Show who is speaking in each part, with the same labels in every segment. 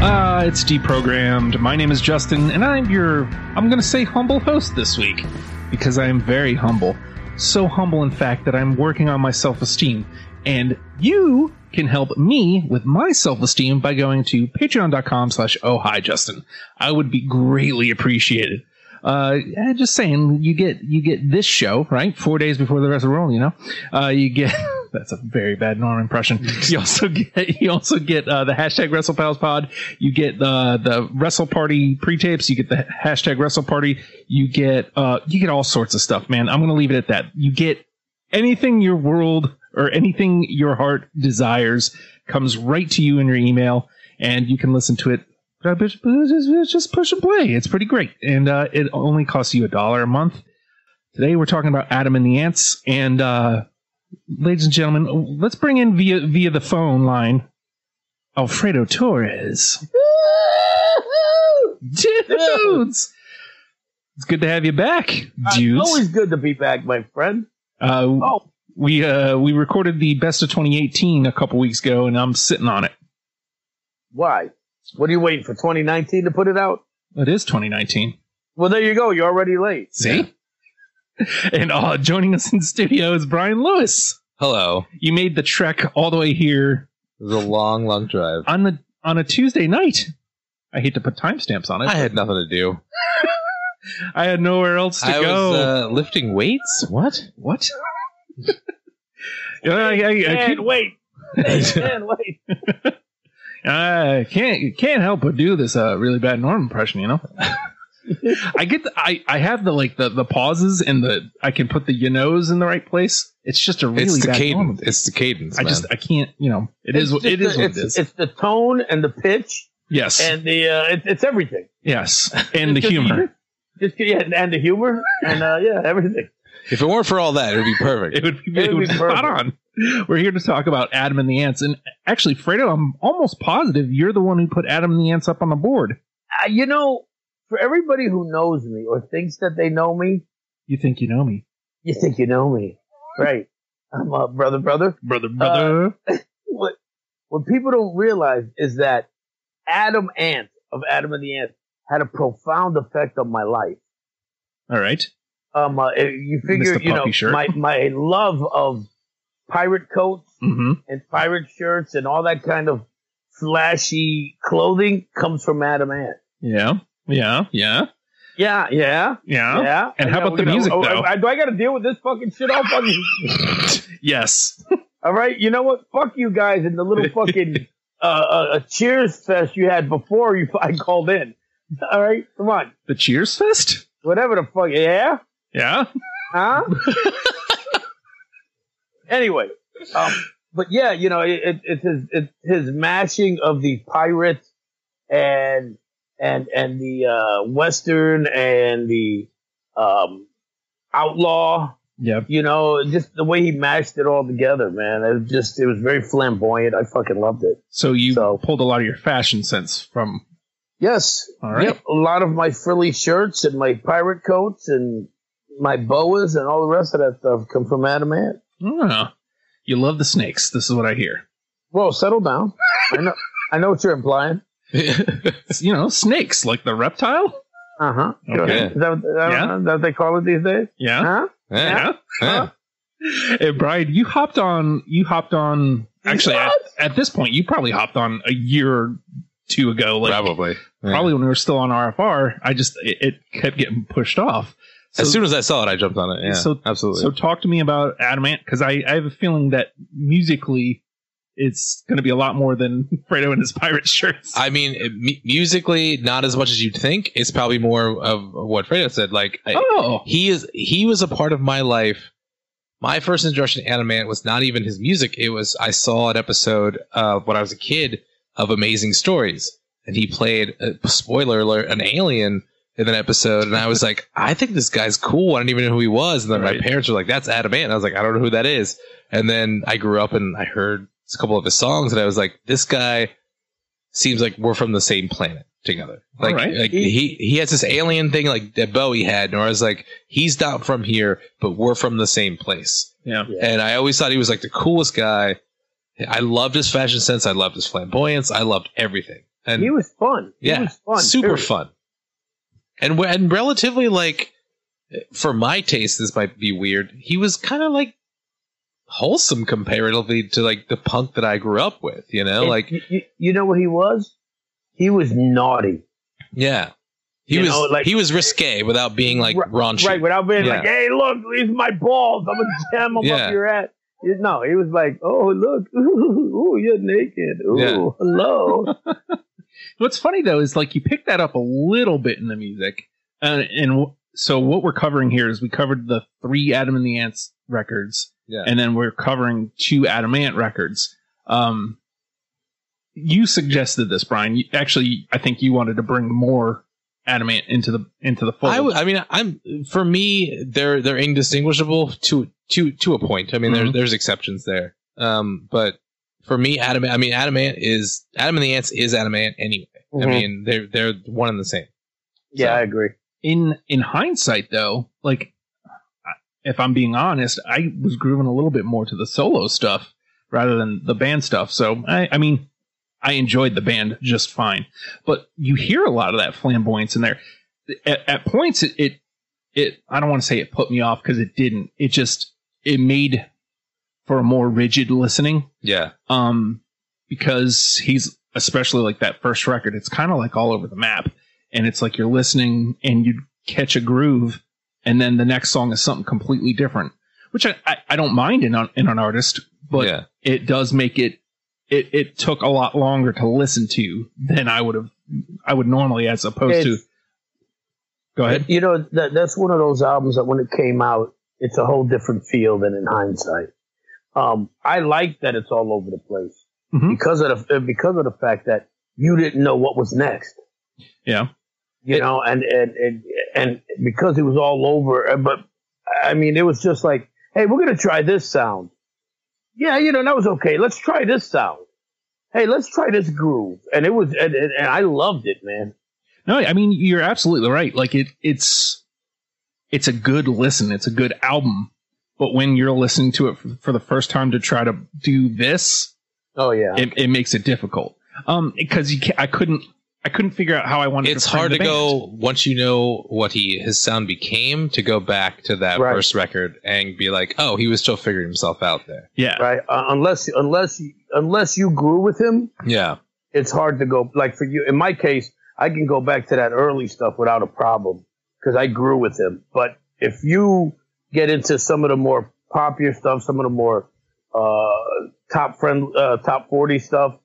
Speaker 1: Uh, it's deprogrammed. My name is Justin, and I'm your, I'm going to say, humble host this week because I am very humble. So humble, in fact, that I'm working on my self esteem. And you can help me with my self esteem by going to patreon.com slash oh hi Justin. I would be greatly appreciated. Uh, eh, just saying, you get you get this show right four days before the rest of the world. You know, uh, you get that's a very bad Norm impression. You also get you also get uh, the hashtag WrestlePalsPod. You get the the Wrestle Party pre tapes. You get the hashtag Wrestle Party. You get uh, you get all sorts of stuff, man. I'm gonna leave it at that. You get anything your world or anything your heart desires comes right to you in your email, and you can listen to it. Uh, Just just push and play. It's pretty great, and uh, it only costs you a dollar a month. Today we're talking about Adam and the Ants, and uh, ladies and gentlemen, let's bring in via via the phone line, Alfredo Torres. Dudes, it's good to have you back,
Speaker 2: Uh,
Speaker 1: dudes.
Speaker 2: Always good to be back, my friend.
Speaker 1: Uh,
Speaker 2: Oh.
Speaker 1: we uh, we recorded the best of 2018 a couple weeks ago, and I'm sitting on it.
Speaker 2: Why? What are you waiting for 2019 to put it out?
Speaker 1: It is 2019.
Speaker 2: Well, there you go. You're already late.
Speaker 1: See. And uh, joining us in studio is Brian Lewis.
Speaker 3: Hello.
Speaker 1: You made the trek all the way here
Speaker 3: It was a long, long drive.
Speaker 1: on the on a Tuesday night. I hate to put timestamps on it.
Speaker 3: I
Speaker 1: I,
Speaker 3: had nothing to do.
Speaker 1: had nowhere else to
Speaker 3: I
Speaker 1: go.
Speaker 3: was uh, lifting weights. What?
Speaker 1: what? I, I- I
Speaker 2: And
Speaker 1: keep-
Speaker 2: wait. and wait.
Speaker 1: I Uh, can't can't help but do this uh, really bad Norm impression, you know. I get the, I I have the like the the pauses and the I can put the you knows in the right place. It's just a really
Speaker 3: it's the
Speaker 1: bad
Speaker 3: cadence.
Speaker 1: Norm.
Speaker 3: It's the cadence.
Speaker 1: I just I can't you know it is
Speaker 2: It's
Speaker 1: what it
Speaker 2: just
Speaker 1: is
Speaker 2: the-
Speaker 1: what it is.
Speaker 2: it's- It's the tone and the pitch
Speaker 1: yes,
Speaker 2: and the uh, it, it's everything.
Speaker 1: yes, and the
Speaker 2: It's just-
Speaker 1: humor.
Speaker 2: Just yeah, and, and the humor and uh, yeah, everything.
Speaker 3: if it weren't for all that, it would be perfect.
Speaker 1: It would be,
Speaker 2: It
Speaker 1: it
Speaker 2: would
Speaker 1: would
Speaker 2: be
Speaker 1: be spot on. We're here to talk about Adam and the Ants, and actually, Fredo, I'm almost positive you're the one who put Adam and the Ants up on the board.
Speaker 2: Uh, you know, for everybody who knows me or thinks that they know me,
Speaker 1: You think you know me,
Speaker 2: you think you know me, right? I'm a brother, brother.
Speaker 1: brother, brother?
Speaker 2: what what people don't realize is that Adam Ant of Adam and the Ant had a profound effect on my life.
Speaker 1: All right,
Speaker 2: Um, uh, it- you figure,
Speaker 1: Mr.
Speaker 2: you know,
Speaker 1: Puffy shirt.
Speaker 2: my my love of pirate coats
Speaker 1: hmm
Speaker 2: and pirate shirts and all that kind of flashy clothing comes from Adam Ant.
Speaker 1: yeah, yeah, yeah,
Speaker 2: Yeah, yeah,
Speaker 1: yeah.
Speaker 2: yeah.
Speaker 1: And how
Speaker 2: Yeah,
Speaker 1: about
Speaker 2: we
Speaker 1: the
Speaker 2: gotta-
Speaker 1: music,
Speaker 2: oh,
Speaker 1: though?
Speaker 2: I, I- do I got to deal with this fucking shit all fucking?
Speaker 1: Yes.
Speaker 2: All right, you know what? Fuck you guys and the little fucking uh, uh, uh, Cheers fest you had before you I called in. All right, come on,
Speaker 1: The Cheers Fest?
Speaker 2: whatever the fuck, yeah,
Speaker 1: Yeah.
Speaker 2: huh? anyway, um, but yeah, you know, it, it, it's his it's his mashing of the pirate and and and the uh, western and the um, outlaw
Speaker 1: Yeah.
Speaker 2: you know, just the way he mashed it all together, man. It was just it was very flamboyant. I fucking loved it.
Speaker 1: So you
Speaker 2: So-
Speaker 1: pulled a lot of your fashion sense from.
Speaker 2: Yes.
Speaker 1: All right.
Speaker 2: Yep. A lot of my frilly shirts and my pirate coats and my boas and all the rest of that stuff come from Adam Ant.
Speaker 1: Ah, you love the snakes. This is what I hear.
Speaker 2: Well, settle down. I know I know what you're implying.
Speaker 1: It's, you know, snakes like the reptile.
Speaker 2: Uh huh.
Speaker 1: Okay.
Speaker 2: Is that, what- I don't
Speaker 1: Yeah.
Speaker 2: know, is that what they call it these days?
Speaker 1: Yeah.
Speaker 2: Huh?
Speaker 3: Yeah. Yeah.
Speaker 1: And Brian, you hopped on. You hopped on. Actually, at, at this point, you probably hopped on a year or two ago. Like
Speaker 3: Probably. Yeah.
Speaker 1: probably when we were still on RFR. I just it, it kept getting pushed off. So-
Speaker 3: as soon as I saw it, I jumped on it. Yeah.
Speaker 1: So-
Speaker 3: absolutely.
Speaker 1: So talk to me about Adamant because I, I have a feeling that musically it's going to be a lot more than Fredo and his pirate shirts.
Speaker 3: I mean, it- mu- musically, not as much as you'd think. It's probably more of what Fredo said. Like, I-
Speaker 1: oh,
Speaker 3: he is he was a part of my life my first introduction to anime was not even his music it was i saw an episode of when i was a kid of amazing stories and he played uh, spoiler alert an alien in that episode and i was like i think this guy's cool i don't even know who he was and then
Speaker 1: Right.
Speaker 3: my parents were like that's adam ant and i was like i don't know who that is and then i grew up and i heard a couple of his songs and i was like this guy seems like we're from the same planet together like,
Speaker 1: Alright.
Speaker 3: like he he has this alien thing like that bowie had and i was like he's not from here, but we're from the same place.
Speaker 1: yeah.
Speaker 3: And I always thought he was like the coolest guy. I loved his fashion sense. I loved his flamboyance. I loved everything. and
Speaker 2: he was fun. He
Speaker 3: yeah,
Speaker 2: was fun.
Speaker 3: super
Speaker 2: period.
Speaker 3: fun. And wh- and relatively like for my taste, this might be weird. He was kind of like wholesome comparatively to like the punk that I grew up with. You know,
Speaker 2: And
Speaker 3: like
Speaker 2: you, you- you know what he was? He was naughty,
Speaker 3: yeah, he
Speaker 2: You
Speaker 3: was
Speaker 2: know, like-
Speaker 3: he was risque without being like
Speaker 2: Right-
Speaker 3: raunchy.
Speaker 2: right? Without being
Speaker 3: Yeah.
Speaker 2: like, "Hey, look, these are my balls. I'm gonna jam them
Speaker 3: Yeah.
Speaker 2: up your ass." You- No, he was like, "Oh, look, ooh, ooh you're naked. Ooh,
Speaker 3: Yeah.
Speaker 2: hello."
Speaker 1: What's funny though is like you pick that up a little bit in the music, and, and w- so what we're covering here is we covered the three Adam and the Ants records,
Speaker 3: Yeah.
Speaker 1: and then we're covering two Adam Ant records. Um, you suggested this, Brian. You, actually, I think you wanted to bring more Adam Ant into the into the fold.
Speaker 3: I, w- I mean, I'm for me, they're they're indistinguishable to to to a point. I mean, there,
Speaker 2: Mm-hmm.
Speaker 1: Mhm.
Speaker 3: there's exceptions there, um, but for me, Adam, I mean, Adamant is Adam and the Ants is Adamant anyway. I
Speaker 2: Mm-hmm.
Speaker 3: mean, they're they're one and the same.
Speaker 2: yeah,
Speaker 3: so-
Speaker 2: I agree.
Speaker 1: in in hindsight, though, like I- if I'm being honest, I was grooving a little bit more to the solo stuff rather than the band stuff. So I, I mean, I enjoyed the band just fine, but you hear a lot of that flamboyance in there. At, at points, it, it it I don't want to say it put me off because it didn't. It just it made for a more rigid listening
Speaker 3: Yeah,
Speaker 1: um, because he's especially like that first record. It's kind of like all over the map, and it's like you're listening and you catch a groove, and then the next song is something completely different, which I, I, I don't mind in an- in an artist, but
Speaker 3: yeah,
Speaker 1: it does make it. It, it took a lot longer to listen to than I would have I would normally as opposed to
Speaker 2: It's-
Speaker 1: go ahead
Speaker 2: You know, that, that's one of those albums that when it came out, it's a whole different feel than in hindsight. Um, I like that it's all over the place
Speaker 3: Mm-hmm.
Speaker 1: Mhm.
Speaker 2: because of the, because of the fact that you didn't know what was next.
Speaker 1: Yeah.
Speaker 2: you know, and and, and and because it was all over. uh, But I mean, it was just like, hey, we're gonna try this sound. Yeah, you know, that was okay. Let's try this sound. Hey, let's try this groove, and it was, and, and, and I loved it, man.
Speaker 1: No, I mean you're absolutely right. Like it, it's it's a good listen. It's a good album. But when you're listening to it for, for the first time to try to do this,
Speaker 2: Oh yeah,
Speaker 1: it, it makes it difficult. Um, because you can I couldn't I couldn't figure out how I wanted.
Speaker 3: it's
Speaker 1: frame
Speaker 3: hard
Speaker 1: the
Speaker 3: to
Speaker 1: band.
Speaker 3: go once you know what he his sound became to go back to that
Speaker 2: Right.
Speaker 3: first record and be like, oh, he was still figuring himself out there.
Speaker 1: Yeah,
Speaker 2: right? Uh, unless unless unless you grew with him,
Speaker 3: Yeah,
Speaker 2: it's hard to go. Like for you, in my case, I can go back to that early stuff without a problem because I grew with him. But if you get into some of the more popular stuff, some of the more uh, top friend, uh, top forty stuff,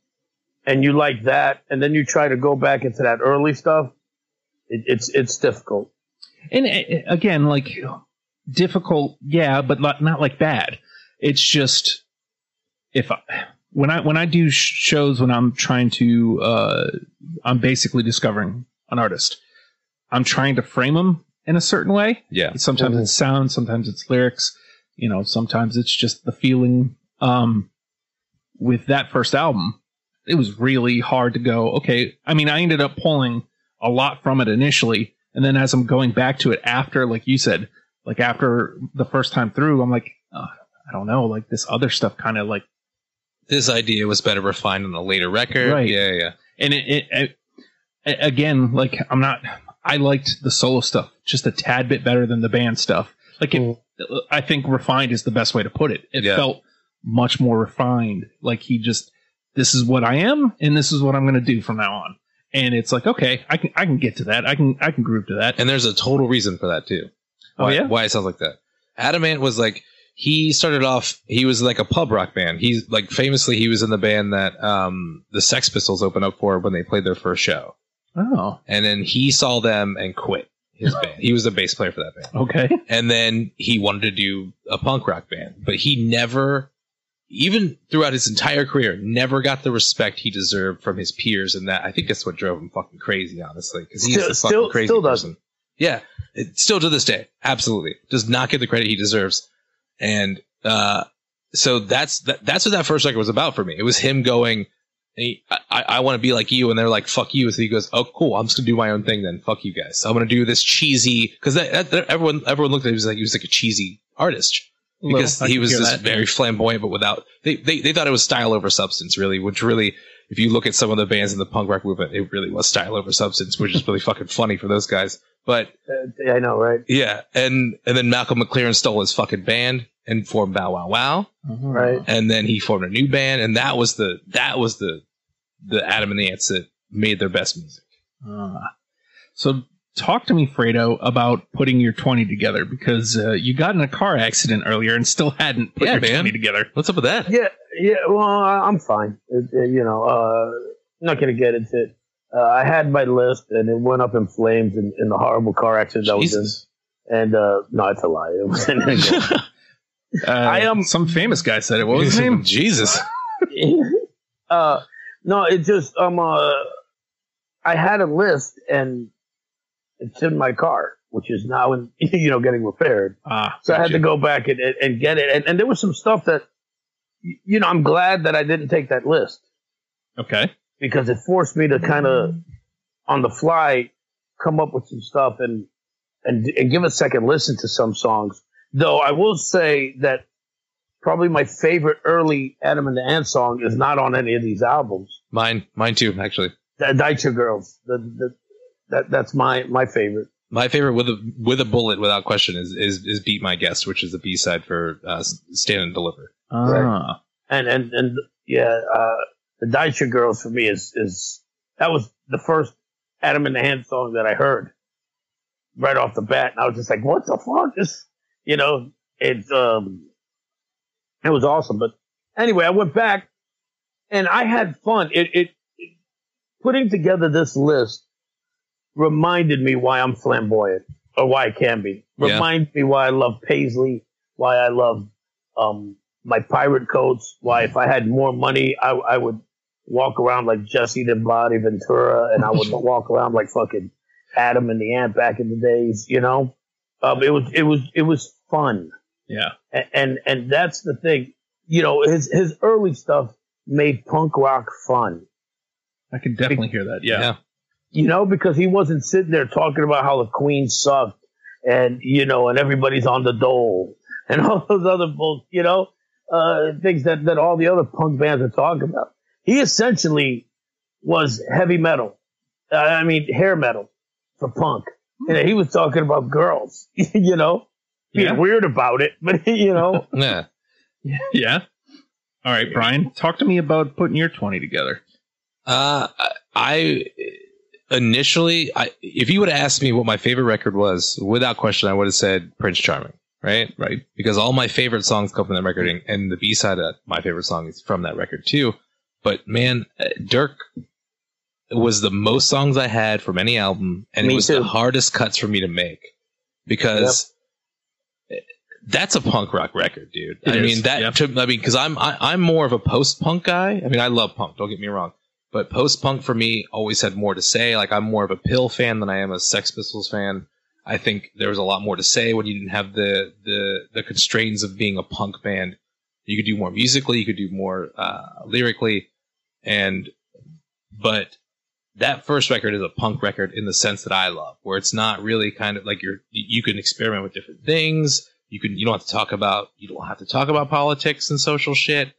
Speaker 2: and you like that, and then you try to go back into that early stuff, it, it's it's difficult.
Speaker 1: and uh, again, like difficult, yeah, but not, not like bad. It's just if I, when I when I do sh- shows when I'm trying to uh, I'm basically discovering an artist. I'm trying to frame them in a certain way.
Speaker 3: yeah,
Speaker 1: Sometimes it's sound, sometimes it's lyrics, you know, sometimes it's just the feeling. Um, with that first album, it was really hard to go, okay. I mean, I ended up pulling a lot from it initially. And then as I'm going back to it after, like you said, like after the first time through, I'm like, uh, I don't know, like this other stuff kind of like,
Speaker 3: this idea was better refined on a later record.
Speaker 1: Right.
Speaker 3: Yeah, yeah.
Speaker 1: and it, it, it a- again, like I'm not, I liked the solo stuff just a tad bit better than the band stuff. Like it I think refined is the best way to put it. It
Speaker 3: Yeah.
Speaker 1: felt much more refined. Like he just, this is what I am, and this is what I'm going to do from now on. And it's like, okay, I can, I can get to that. I can, I can groove to that.
Speaker 3: And there's a total reason for that too.
Speaker 1: Oh,
Speaker 3: Why,
Speaker 1: yeah?
Speaker 3: why it sounds like that. Adamant was like he started off. He was like a pub rock band. He's like famously he was in the band that um, the Sex Pistols opened up for when they played their first show,
Speaker 1: Oh,
Speaker 3: and then he saw them and quit his band. He was the bass player for that band,
Speaker 1: okay.
Speaker 3: and then he wanted to do a punk rock band, but he never. Even throughout his entire career, never got the respect he deserved from his peers, and that I think that's what drove him fucking crazy, honestly, because he's
Speaker 2: Still-
Speaker 3: a fucking
Speaker 2: still-
Speaker 3: crazy
Speaker 2: still doesn't.
Speaker 3: person. Yeah, it, still to this day, absolutely does not get the credit he deserves. And uh, so that's that, that's what that first record was about for me. It was him going, I, I, I want to be like you, and they're like, "Fuck you." So he goes, "Oh, cool. I'm just gonna do my own thing then. Fuck you guys. I'm gonna do this cheesy because that, that, that- everyone everyone looked at him he was like he was like a cheesy artist because
Speaker 1: Well, I
Speaker 3: he
Speaker 1: can
Speaker 3: was
Speaker 1: hear
Speaker 3: just
Speaker 1: that.
Speaker 3: very flamboyant, but without they, they they thought it was style over substance really, which really if you look at some of the bands in the punk rock movement, it really was style over substance, which is really fucking funny for those guys. But
Speaker 2: Uh, I know, right?
Speaker 3: yeah, and and then Malcolm McLaren stole his fucking band and formed Bow Wow Wow,
Speaker 1: Uh-huh.
Speaker 2: Right.
Speaker 3: and then he formed a new band, and that was the that was the the Adam and the Ants that made their best music.
Speaker 1: Ah. so talk to me, Fredo, about putting your 20 together because uh, you got in a car accident earlier and still hadn't put
Speaker 3: Yeah,
Speaker 1: your
Speaker 3: man.
Speaker 1: 20 together.
Speaker 3: What's up with that?
Speaker 2: Yeah, yeah. Well, I- I'm fine. It, it- you know, uh, not gonna get into it. Uh, I had my list, and it went up in flames in, in the horrible car accident that was
Speaker 3: Jesus.
Speaker 2: in. And uh, no, it's a lie. It was
Speaker 1: Uh, I
Speaker 2: am-
Speaker 3: um,
Speaker 1: some famous guy said it. What was his name?
Speaker 3: Jesus.
Speaker 2: uh, no, it just um, uh, I had a list, and it's in my car, which is now in you know getting repaired.
Speaker 1: Ah,
Speaker 2: So I had
Speaker 1: gotcha.
Speaker 2: to go back and, and, and get it. And, and there was some stuff that, y- you know, I'm glad that I didn't take that list
Speaker 1: Okay.
Speaker 2: because it forced me to kind of on the fly come up with some stuff and, and and give a second listen to some songs. Though I will say that probably my favorite early Adam and the Ant song is not on any of these albums.
Speaker 3: Mine, mine too, actually.
Speaker 2: The Daicha Girls, the, the, that that's my my favorite.
Speaker 3: My favorite with a with a bullet, without question, is is, is "Beat My Guest," which is the B side for uh, "Stand and Deliver."
Speaker 1: Ah.
Speaker 2: and and and yeah, uh, the Daisha Girls for me is is that was the first Adam and the Hand song that I heard right off the bat, and I was just like, "What the fuck?" This, you know, it's um, it was awesome. But anyway, I went back and I had fun. It it, it putting together this list reminded me why I'm flamboyant or why I can be.
Speaker 3: Yeah.
Speaker 2: Reminds me why I love Paisley, why I love um my pirate coats. Why, if I had more money, I, I would walk around like Jesse the Body Ventura, and I would walk around like fucking Adam and the Ant back in the days. You know, um, it was it was it was fun,
Speaker 1: Yeah.
Speaker 2: A- and and that's the thing. You know, his his early stuff made punk rock fun.
Speaker 1: I can definitely hear that. Yeah.
Speaker 2: You know, because he wasn't sitting there talking about how the Queen sucked, and you know, and everybody's on the dole, and all those other bull, you know, uh, things that that all the other punk bands are talking about. He essentially was heavy metal. Uh, I mean, hair metal for punk. You know, he was talking about girls. You know, being
Speaker 1: Yeah.
Speaker 2: weird about it, but you know,
Speaker 3: yeah.
Speaker 1: Yeah. All right, Brian, talk to me about putting your 20 together.
Speaker 3: Uh, I initially, I if you would have asked me what my favorite record was, without question, I would have said Prince Charming, right?
Speaker 1: Right.
Speaker 3: Because all my favorite songs come from that record, and, and the B side of my favorite song is from that record too. But man, uh, Dirk was the most songs I had from any album, and
Speaker 2: Me
Speaker 3: it was
Speaker 2: too.
Speaker 3: the hardest cuts for me to make because. That's a punk rock record, dude.
Speaker 1: It
Speaker 3: I
Speaker 1: is,
Speaker 3: mean that.
Speaker 1: yep.
Speaker 3: To, I mean, because I'm I, I'm more of a post punk guy. I mean, I love punk. Don't get me wrong, but post punk for me always had more to say. Like I'm more of a Pill fan than I am a Sex Pistols fan. I think there was a lot more to say when you didn't have the the the constraints of being a punk band. You could do more musically, you could do more uh, lyrically, and but that first record is a punk record in the sense that I love, where it's not really kind of like you're you can experiment with different things. You can you don't have to talk about you don't have to talk about politics and social shit.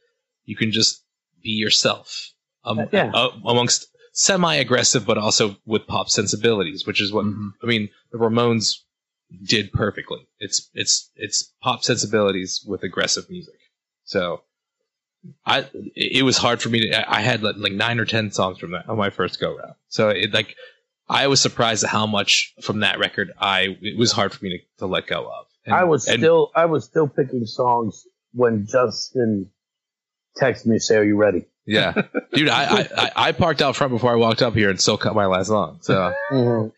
Speaker 3: You can just be yourself um,
Speaker 2: Yeah.
Speaker 3: uh, amongst semi-aggressive, but also with pop sensibilities, which is what I mean, the Ramones did perfectly. It's it's it's pop sensibilities with aggressive music. So I it was hard for me to I I had like, like 9 or 10 songs from that on my first go round. So it like I was surprised at how much from that record I it was hard for me to, to let go of. And-
Speaker 2: I was
Speaker 3: and-
Speaker 2: still I was still picking songs when Justin texted me, "Say, are you ready?"
Speaker 3: yeah. Dude, I, I- I I parked out front before I walked up here and still cut my last song. So Mm-hmm.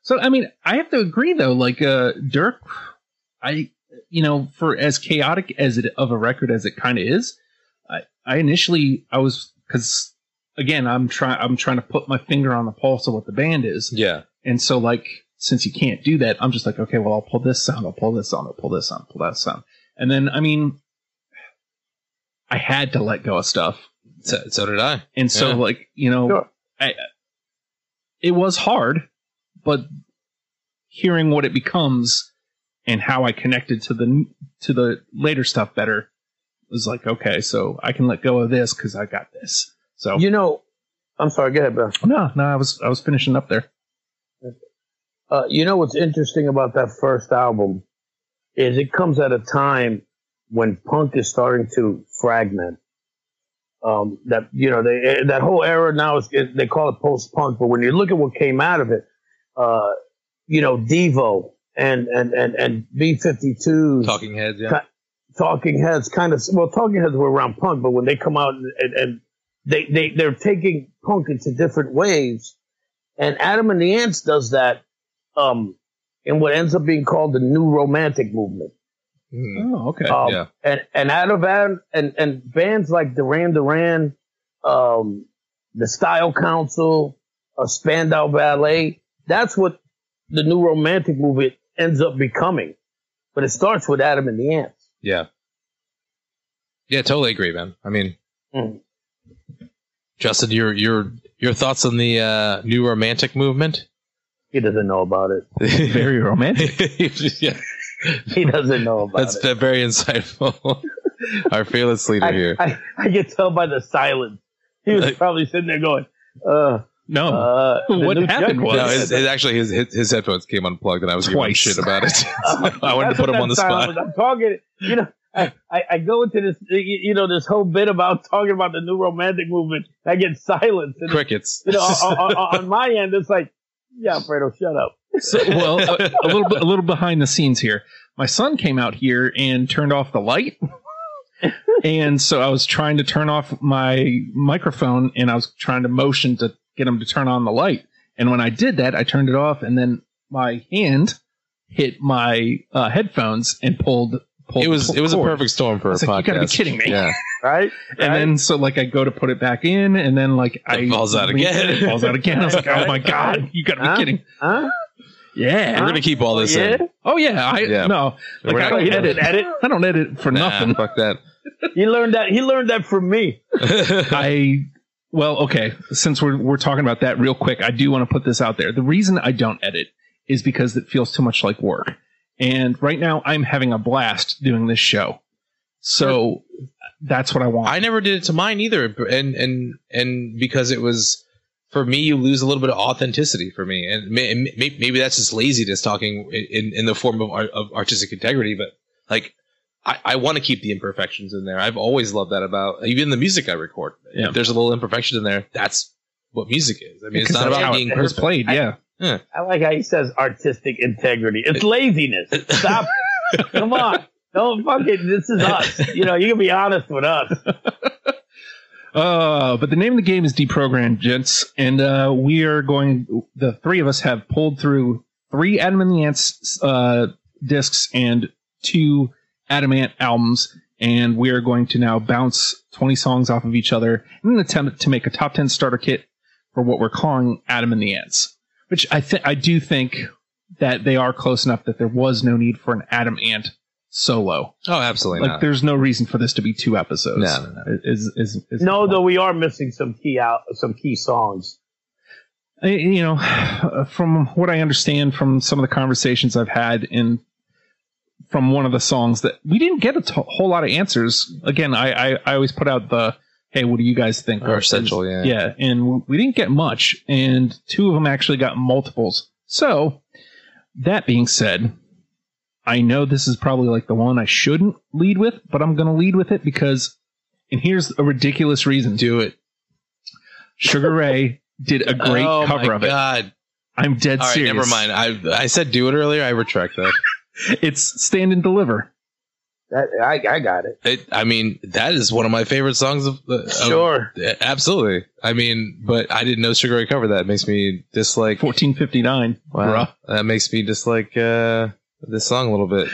Speaker 1: So, I mean, I have to agree though. Like uh, Dirk, I you know, for as chaotic as it of a record as it kind of is, I, I initially I was because again I'm trying I'm trying to put my finger on the pulse of what the band is,
Speaker 3: yeah.
Speaker 1: and so like since you can't do that, I'm just like okay, well I'll pull this sound, I'll pull this sound, I'll pull this sound, pull that sound, and then I mean, I had to let go of stuff
Speaker 3: So, so did I.
Speaker 1: and so
Speaker 3: Yeah.
Speaker 1: like you know
Speaker 2: Sure.
Speaker 1: I, it was hard but hearing what it becomes and how i connected to the to the later stuff better was like okay so i can let go of this because i got this so
Speaker 2: You know, I'm sorry. Go ahead, Bill.
Speaker 1: No, no, I was I was finishing up there.
Speaker 2: Uh, you know what's interesting about that first album is it comes at a time when punk is starting to fragment. Um, that you know they, that whole era now is is- they call it post punk, but when you look at what came out of it, uh, you know Devo and and and and B fifty two
Speaker 3: Talking Heads, yeah.
Speaker 2: Cut. Talking Heads kind of well Talking Heads were around punk, but when they come out and, and, and they they they're taking punk into different waves, and Adam and the Ants does that um, in what ends up being called the New Romantic movement.
Speaker 3: Hmm.
Speaker 1: Oh, okay.
Speaker 2: Um,
Speaker 3: yeah.
Speaker 2: And and out of Adam and and bands like Duran Duran, um, the Style Council, uh, Spandau Ballet. That's what the new romantic movement ends up becoming. But it starts with Adam and the Ants.
Speaker 3: Yeah. Yeah, totally agree, man. I mean,
Speaker 2: Mm.
Speaker 3: Justin, your your your thoughts on the uh, new romantic movement?
Speaker 2: He doesn't know about it.
Speaker 1: Very romantic.
Speaker 3: yeah,
Speaker 2: He doesn't know about
Speaker 3: that's
Speaker 2: it.
Speaker 3: been very insightful. Our fearless leader
Speaker 2: I,
Speaker 3: here.
Speaker 2: I, I could tell by the silence. He was
Speaker 3: Like-
Speaker 2: probably sitting there going, uh,
Speaker 1: No,
Speaker 2: uh, the
Speaker 1: What
Speaker 2: new
Speaker 1: happened
Speaker 2: Jeopardy.
Speaker 1: was-
Speaker 3: no, his, his- actually, his, his his headphones came unplugged, and I was giving him
Speaker 1: Twice.
Speaker 3: shit about it.
Speaker 2: Oh
Speaker 3: I wanted to
Speaker 2: That's what
Speaker 3: put him on
Speaker 2: that
Speaker 3: the
Speaker 2: silence
Speaker 3: spot.
Speaker 2: was. I'm talking, you know, I, I, I go into this, you- you know, this whole bit about talking about the new romantic movement. I get silence. And,
Speaker 3: Crickets.
Speaker 2: you know, on, on, on my end, it's like, yeah, Alfredo, shut up.
Speaker 1: Uh, So, well, a, a little bit, a little behind the scenes here. My son came out here and turned off the light, and so I was trying to turn off my microphone, and I was trying to motion to get him to turn on the light. And when I did that, I turned it off, and then my hand hit my uh, headphones and pulled. pulled
Speaker 3: it was
Speaker 1: pulled
Speaker 3: it was a
Speaker 1: cord.
Speaker 3: perfect storm for
Speaker 1: I
Speaker 3: a
Speaker 1: was like,
Speaker 3: podcast.
Speaker 1: you gotta be kidding me.
Speaker 3: Yeah,
Speaker 2: Right?
Speaker 1: And
Speaker 2: right?
Speaker 1: then so like I go to put it back in, and then like I
Speaker 3: falls out again.
Speaker 1: It falls out again. I was like, oh my god, you gotta be
Speaker 2: Huh?
Speaker 1: kidding.
Speaker 2: huh?
Speaker 1: Yeah.
Speaker 3: we're gonna keep all this
Speaker 2: yeah?
Speaker 3: in.
Speaker 1: Oh yeah. I
Speaker 3: Yeah.
Speaker 1: no. Like
Speaker 3: We're
Speaker 1: I
Speaker 3: not-
Speaker 1: don't
Speaker 2: He
Speaker 1: edit.
Speaker 2: doesn't edit.
Speaker 1: I don't edit for
Speaker 3: Nah,
Speaker 1: nothing.
Speaker 3: Fuck that.
Speaker 2: He learned that. He learned that from me.
Speaker 1: I well, okay. Since we're we're talking about that real quick, I do want to put this out there. The reason I don't edit is because it feels too much like work. And right now, I'm having a blast doing this show. So that's what I want.
Speaker 3: I never did it to mine either, and and and because it was for me, you lose a little bit of authenticity for me, and may, may, maybe that's just laziness talking in in the form of, ar- of artistic integrity. But like, I, I want to keep the imperfections in there. I've always loved that about even the music I record.
Speaker 1: Yeah.
Speaker 3: If there's a little imperfection in there, that's what music is. I mean, it's
Speaker 1: Because
Speaker 3: not
Speaker 1: that's
Speaker 3: about
Speaker 1: how
Speaker 3: being
Speaker 1: it was
Speaker 3: perfect.
Speaker 1: played. yeah.
Speaker 2: I like how he says artistic integrity. It's laziness. Stop. it. Come on. Don't fucking. This is us. You know, you can be honest with us.
Speaker 1: Uh, but the name of the game is Deprogrammed, gents, and uh, we are going. The three of us have pulled through three Adam and the Ants uh, discs and two Adamant albums, and we are going to now bounce twenty songs off of each other in an attempt to make a top ten starter kit for what we're calling Adam and the Ants. Which I think I do think that they are close enough that there was no need for an Adam Ant solo.
Speaker 3: Oh, absolutely
Speaker 1: Like,
Speaker 3: not.
Speaker 1: there's no reason for this to be two episodes.
Speaker 3: No, no,
Speaker 1: Is, is, is
Speaker 2: No, though we are missing some key out, some key songs.
Speaker 1: I- you know, from what I understand from some of the conversations I've had in from one of the songs that we didn't get a t- whole lot of answers. Again, I, I I always put out the hey, what do you guys think?
Speaker 3: Or essential, yeah.
Speaker 1: yeah, and w- we didn't get much, and two of them actually got multiples. So that being said, I know this is probably like the one I shouldn't lead with, but I'm going to lead with it because, and here's a ridiculous reason:
Speaker 3: Do it.
Speaker 1: Sugar Ray did a great
Speaker 3: oh,
Speaker 1: cover
Speaker 3: my
Speaker 1: of it.
Speaker 3: God.
Speaker 1: I'm dead
Speaker 3: All right,
Speaker 1: serious.
Speaker 3: never mind. I I said do it earlier. I retract that.
Speaker 1: It's Stand and Deliver.
Speaker 2: That I, I got it.
Speaker 3: It, I mean, that is one of my favorite songs of, uh, of
Speaker 2: Sure.
Speaker 3: Absolutely. I mean, but I didn't know Sugar Ray covered that. It makes me dislike.
Speaker 1: 1459.
Speaker 3: Wow.
Speaker 1: bruh.
Speaker 3: That makes me dislike uh, this song a little bit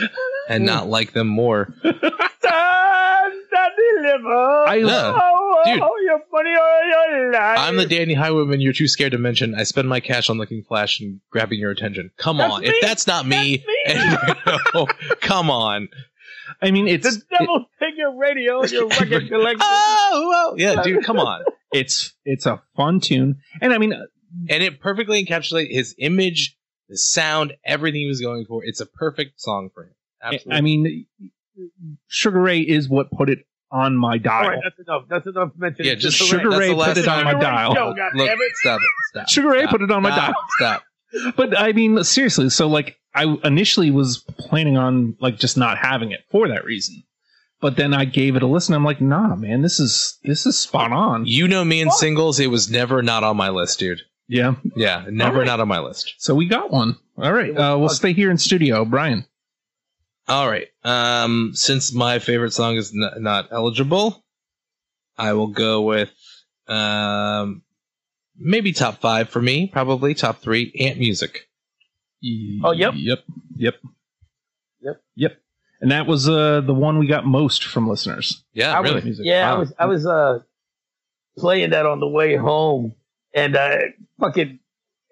Speaker 3: and not like them more.
Speaker 2: Stand and deliver.
Speaker 1: I-
Speaker 3: Yeah.
Speaker 2: Oh,
Speaker 3: Dude.
Speaker 2: oh, you're funny Oh, all your life.
Speaker 3: I'm the Danny Highwayman you're too scared to mention. I spend my cash on looking flash and grabbing your attention. Come
Speaker 2: That's
Speaker 3: on.
Speaker 2: me.
Speaker 3: If that's not me, and- come on.
Speaker 1: I mean, it's
Speaker 2: the devil's figure radio. Your record collection.
Speaker 3: Oh, well, yeah, dude, come on.
Speaker 1: it's it's a fun tune, and I mean,
Speaker 3: And it perfectly encapsulates his image, the sound, everything he was going for. It's a perfect song for him. Absolutely.
Speaker 1: I mean, Sugar Ray is what put it on my
Speaker 2: All
Speaker 1: dial.
Speaker 2: right, that's enough. That's enough mentioning.
Speaker 3: Yeah, just
Speaker 1: Sugar
Speaker 3: that's
Speaker 1: Ray
Speaker 3: the
Speaker 1: put
Speaker 3: last
Speaker 1: it on
Speaker 3: time
Speaker 1: my
Speaker 3: I-
Speaker 1: dial.
Speaker 2: Yo, God
Speaker 3: Look,
Speaker 2: damn it.
Speaker 3: stop it. Stop.
Speaker 1: Sugar Ray
Speaker 3: stop,
Speaker 1: put it on my
Speaker 3: stop,
Speaker 1: dial.
Speaker 3: Stop.
Speaker 1: But I mean, seriously, so like I initially was planning on like just not having it for that reason. But then I gave it a listen. I'm like, nah, man, this is this is spot on.
Speaker 3: You know me and
Speaker 2: What?
Speaker 3: singles. It was never not on my list, dude.
Speaker 1: Yeah.
Speaker 3: Yeah, never
Speaker 1: Alright.
Speaker 3: not on my list.
Speaker 1: So we got one. All right. Uh, we'll stay here in studio, Brian.
Speaker 3: All right. Um, since my favorite song is n- not eligible, I will go with um, maybe top five for me. Probably top three. Ant music.
Speaker 2: Oh, yep.
Speaker 1: Yep. Yep.
Speaker 2: Yep.
Speaker 1: Yep. And that was uh, the one we got most from listeners.
Speaker 3: Yeah,
Speaker 2: I
Speaker 3: really.
Speaker 2: was-
Speaker 1: Music.
Speaker 2: Yeah,
Speaker 1: Wow.
Speaker 2: I was I was uh playing that on the way home, and uh fucking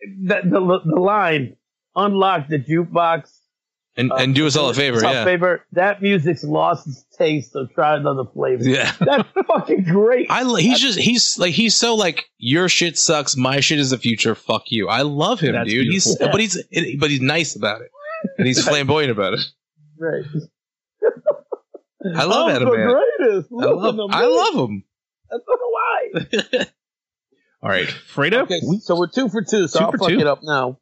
Speaker 2: the the, the line unlock the jukebox
Speaker 3: and
Speaker 2: uh,
Speaker 3: and do us all a favor.
Speaker 2: It's our
Speaker 3: Yeah.
Speaker 2: favor. That music's lost its taste, so try another flavor.
Speaker 3: Yeah.
Speaker 2: That's fucking great.
Speaker 3: I li- he's just he's like he's so like your shit sucks, my shit is the future. Fuck you. I love him,
Speaker 1: That's
Speaker 3: dude. He's
Speaker 2: beautiful.
Speaker 3: but he's but he's nice about it, and he's flamboyant about it.
Speaker 2: Right.
Speaker 3: I love
Speaker 2: I'm
Speaker 3: Adam
Speaker 2: the
Speaker 3: Man.
Speaker 2: greatest.
Speaker 3: I love,
Speaker 2: Listen to
Speaker 3: I
Speaker 2: me.
Speaker 3: love him.
Speaker 2: I don't know why.
Speaker 1: All right, Fredo.
Speaker 2: Okay, so we're two for two. So
Speaker 1: Two
Speaker 2: I'll
Speaker 1: for
Speaker 2: fuck
Speaker 1: two.
Speaker 2: it up now.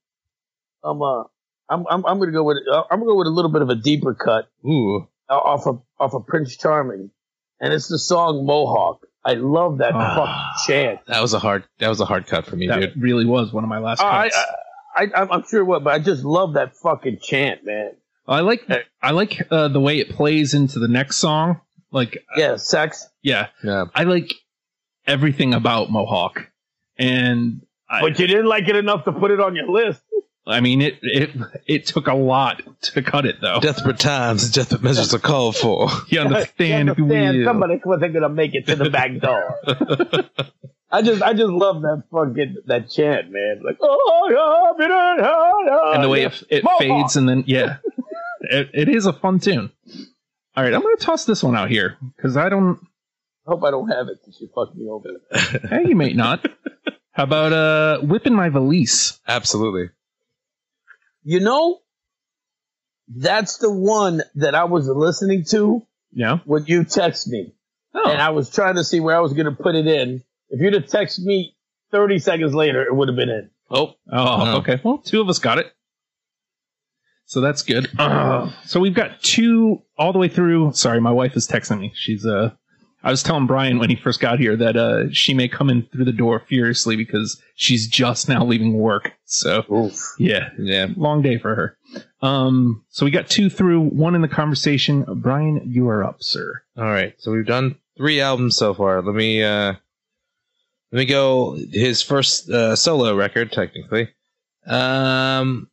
Speaker 2: I'm uh, I'm I'm, I'm gonna go with uh, I'm gonna go with a little bit of a deeper cut
Speaker 3: Ooh,
Speaker 2: uh, off of off of Prince Charming, and it's the song Mohawk. I love that
Speaker 1: Ah.
Speaker 2: fucking chant.
Speaker 3: that was a hard that was a hard cut for me,
Speaker 1: that
Speaker 3: dude.
Speaker 1: really was one of my last.
Speaker 2: I,
Speaker 1: cuts.
Speaker 2: I, I, I'm sure what, but I just love that fucking chant, man.
Speaker 1: I like I like uh, the way it plays into the next song. Like,
Speaker 2: Yeah, sex.
Speaker 1: yeah,
Speaker 3: Yeah,
Speaker 1: I like everything about Mohawk, and I,
Speaker 2: But you didn't like it enough to put it on your list.
Speaker 1: I mean it. It it took a lot to cut it, though.
Speaker 3: desperate times, desperate measures are called for.
Speaker 1: You understand? if you
Speaker 2: understand
Speaker 1: will.
Speaker 2: somebody wasn't gonna make it to the back door. I just, I just love that fucking that chant, man. Like, oh, yeah, yeah, yeah, yeah.
Speaker 1: and the way
Speaker 2: Yeah.
Speaker 1: it, it
Speaker 2: Mohawk.
Speaker 1: fades, and then yeah, it, it is a fun tune. All right, I'm gonna toss this one out here because I don't.
Speaker 2: I hope I don't have it since you fucked me over.
Speaker 1: Hey, you may not. How about uh, whipping my valise?
Speaker 3: Absolutely.
Speaker 2: You know, that's the one that I was listening to
Speaker 1: Yeah.
Speaker 2: when you text me,
Speaker 1: Oh,
Speaker 2: and I was trying to see where I was gonna put it in. If you'd have texted me 30 seconds later, it would have been in.
Speaker 3: Oh,
Speaker 1: Oh,
Speaker 3: Oh.
Speaker 1: okay. Well, two of us got it. So that's good. Uh, so we've got two all the way through. Sorry, my wife is texting me. She's uh I was telling Brian when he first got here that uh she may come in through the door furiously because she's just now leaving work. So yeah,
Speaker 3: yeah.
Speaker 1: long day for her. Um so we got two through, one in the conversation. Brian, you are up, sir.
Speaker 3: All right, so we've done three albums so far. Let me uh, let me go his first uh, solo record, technically. Um,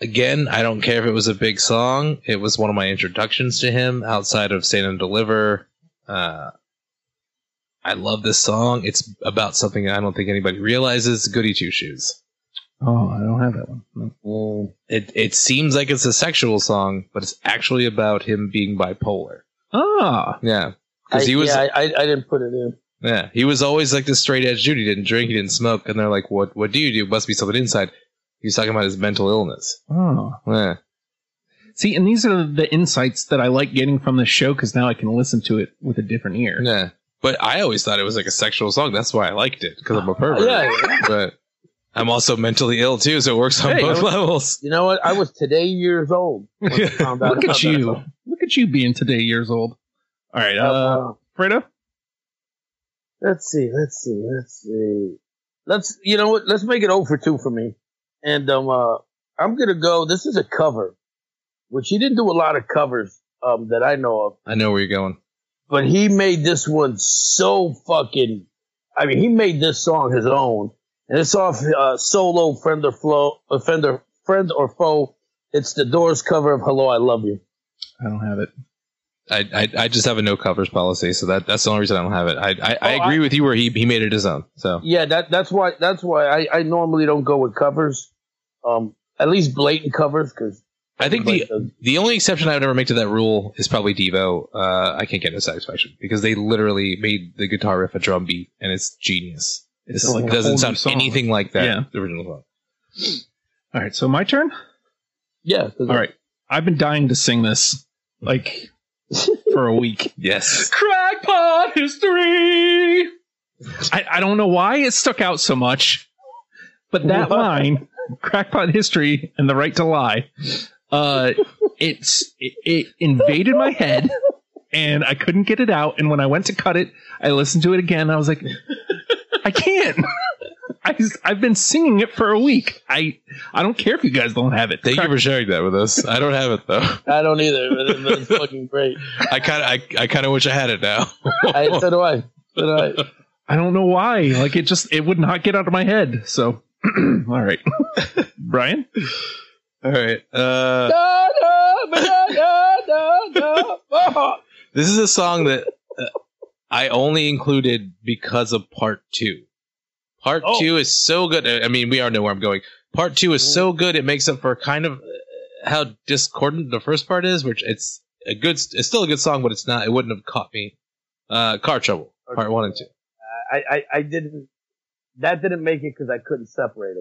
Speaker 3: again, I don't care if it was a big song. It was one of my introductions to him outside of "Stand and Deliver." Uh, I love this song. It's about something I don't think anybody realizes: "Goody Two Shoes."
Speaker 1: Oh, I don't have that one. No.
Speaker 2: Mm.
Speaker 3: It it seems like it's a sexual song, but it's actually about him being bipolar.
Speaker 1: Ah.
Speaker 3: Yeah,
Speaker 2: I,
Speaker 3: because he was
Speaker 2: yeah, I, I, I didn't put it in.
Speaker 3: Yeah, he was always like this straight edge dude. He didn't drink, he didn't smoke, and they're like, "What? What do you do? Must be something inside." He was talking about his mental illness.
Speaker 1: Oh.
Speaker 3: Yeah,
Speaker 1: See, and these are the insights that I like getting from this show because now I can listen to it with a different ear.
Speaker 3: yeah. But I always thought it was like a sexual song. That's why I liked it because I'm a pervert.
Speaker 2: Yeah,
Speaker 3: But I'm also mentally ill too, so it works on
Speaker 1: Hey,
Speaker 3: both
Speaker 1: I
Speaker 3: levels.
Speaker 2: you know what? I was today years old. when I found out
Speaker 1: Look
Speaker 2: about
Speaker 1: at
Speaker 2: that
Speaker 1: you.
Speaker 2: song.
Speaker 1: Look at you being today years old. All right, uh,
Speaker 2: Uh,
Speaker 1: Fredo.
Speaker 2: let's see, let's see, let's see. Let's you know what? Let's make it 0 for two for me. And um, uh, I'm gonna go. This is a cover, which he didn't do a lot of covers um, that I know of,
Speaker 3: I know where you're going.
Speaker 2: but he made this one so fucking. I mean, he made this song his own, and it's off uh, solo friend or flow, uh, friend or- friend or foe. It's the Doors cover of "Hello, I Love You."
Speaker 1: I don't have it.
Speaker 3: I, I I just have a no covers policy, so that that's the only reason I don't have it. I I, I
Speaker 2: Oh,
Speaker 3: agree with you where he he made it his own. So
Speaker 2: Yeah, that that's why that's why I, I normally don't go with covers, um, at least blatant covers because
Speaker 3: I think the The only exception I would ever make to that rule is probably Devo. Uh, I can't get no satisfaction because they literally made the guitar riff a drum beat, and it's genius. This
Speaker 1: It's like a whole
Speaker 3: doesn't
Speaker 1: new
Speaker 3: sound
Speaker 1: song.
Speaker 3: anything like that
Speaker 1: Yeah.
Speaker 3: the original song.
Speaker 1: All right, so my turn.
Speaker 2: yeah, 'cause
Speaker 1: All right, I've been dying to sing this like for a week.
Speaker 3: Yes,
Speaker 1: Crack
Speaker 3: Black Pod History.
Speaker 1: I, I don't know why it stuck out so much, but that
Speaker 2: What?
Speaker 1: line, crackpot history and the right to lie, uh, it's it, it invaded my head, and I couldn't get it out. And when I went to cut it, I listened to it again. And I was like, I can't. I just, I've been singing it for a week. I I don't care if you guys don't have it.
Speaker 3: Thank you for sharing that with us. I don't have it though.
Speaker 2: I don't either, but it- but it's fucking great.
Speaker 3: I kind of, I, I kind of wish I had it now.
Speaker 2: I, so do I. So do I.
Speaker 1: I don't know why. Like it just it would not get out of my head. So all right, Brian.
Speaker 3: All right. Uh,
Speaker 2: No, no, no, no, no, no.
Speaker 3: This is a song that uh, I only included because of part two. Part
Speaker 2: Oh.
Speaker 3: two is so good. I I mean, we already know where I'm going. Part two is so good. It makes up for kind of uh, how discordant the first part is, which it's a good, it's still a good song, but it's not, it wouldn't have caught me. Uh, Car Trouble, part one and two.
Speaker 2: I, I, I didn't. That didn't make it because I couldn't separate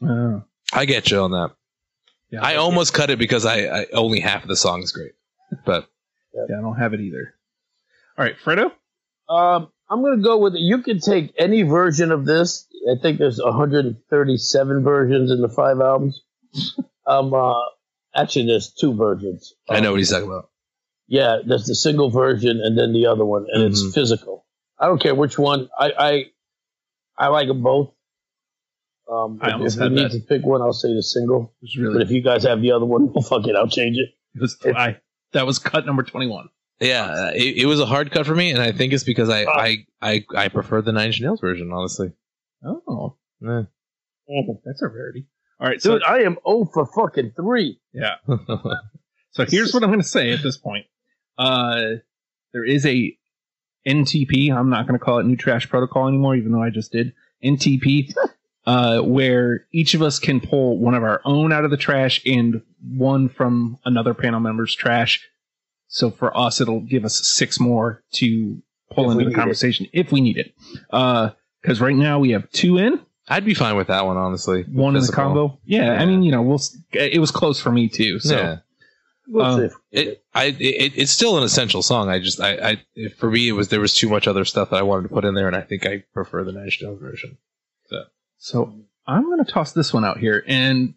Speaker 2: them.
Speaker 1: Oh,
Speaker 3: I get you on that.
Speaker 1: yeah,
Speaker 3: I almost cut it because I, I only half of the song is great, but
Speaker 1: yeah, I don't have it either. All right, Fredo.
Speaker 2: Um, I'm gonna go with you can take any version of this. I think there's 137 versions in the five albums. um, uh, actually, there's two versions.
Speaker 3: I know
Speaker 2: Um,
Speaker 3: what he's talking about.
Speaker 2: Yeah, there's the single version and then the other one, and
Speaker 3: Mhm.
Speaker 1: Mm-hmm.
Speaker 2: it's physical. I don't care which one. I I, I like them both. Um,
Speaker 1: I
Speaker 2: if-
Speaker 1: almost
Speaker 2: if we
Speaker 1: had
Speaker 2: need
Speaker 1: that.
Speaker 2: to pick one, I'll say the single.
Speaker 1: It was
Speaker 2: But
Speaker 1: really
Speaker 2: if you guys have the other one, well, fuck it, I'll change it.
Speaker 1: it was I that was cut number twenty one.
Speaker 3: Yeah, uh, it, it was a hard cut for me, and I think it's because I
Speaker 2: Oh.
Speaker 3: I, I, I prefer the Nine Inch Nails version, honestly.
Speaker 1: Oh,
Speaker 3: Eh.
Speaker 1: that's a rarity. All right, so
Speaker 2: Dude, I am 0 for fucking 3.
Speaker 1: so here's what I'm going to say at this point. Uh, there is a NTP. I'm not going to call it New Trash Protocol anymore, even though I just did NTP, uh, where each of us can pull one of our own out of the trash and one from another panel member's trash. So for us, it'll give us six more to pull
Speaker 2: If
Speaker 1: into
Speaker 2: we
Speaker 1: the
Speaker 2: need it.
Speaker 1: conversation if we need it. Because right now we have two in.
Speaker 3: I'd be fine with that one, honestly.
Speaker 1: one in the
Speaker 3: Physical.
Speaker 1: combo. Yeah, I mean, you know, we'll. s- It was close for me too. So
Speaker 3: yeah,
Speaker 2: We'll
Speaker 1: Um,
Speaker 2: see.
Speaker 3: it, I, it, it's still an essential song. I just, I, I, it- for me, it was there was too much other stuff that I wanted to put in there, and I think I prefer the Nine Inch Nails version.
Speaker 1: so I'm gonna toss this one out here, and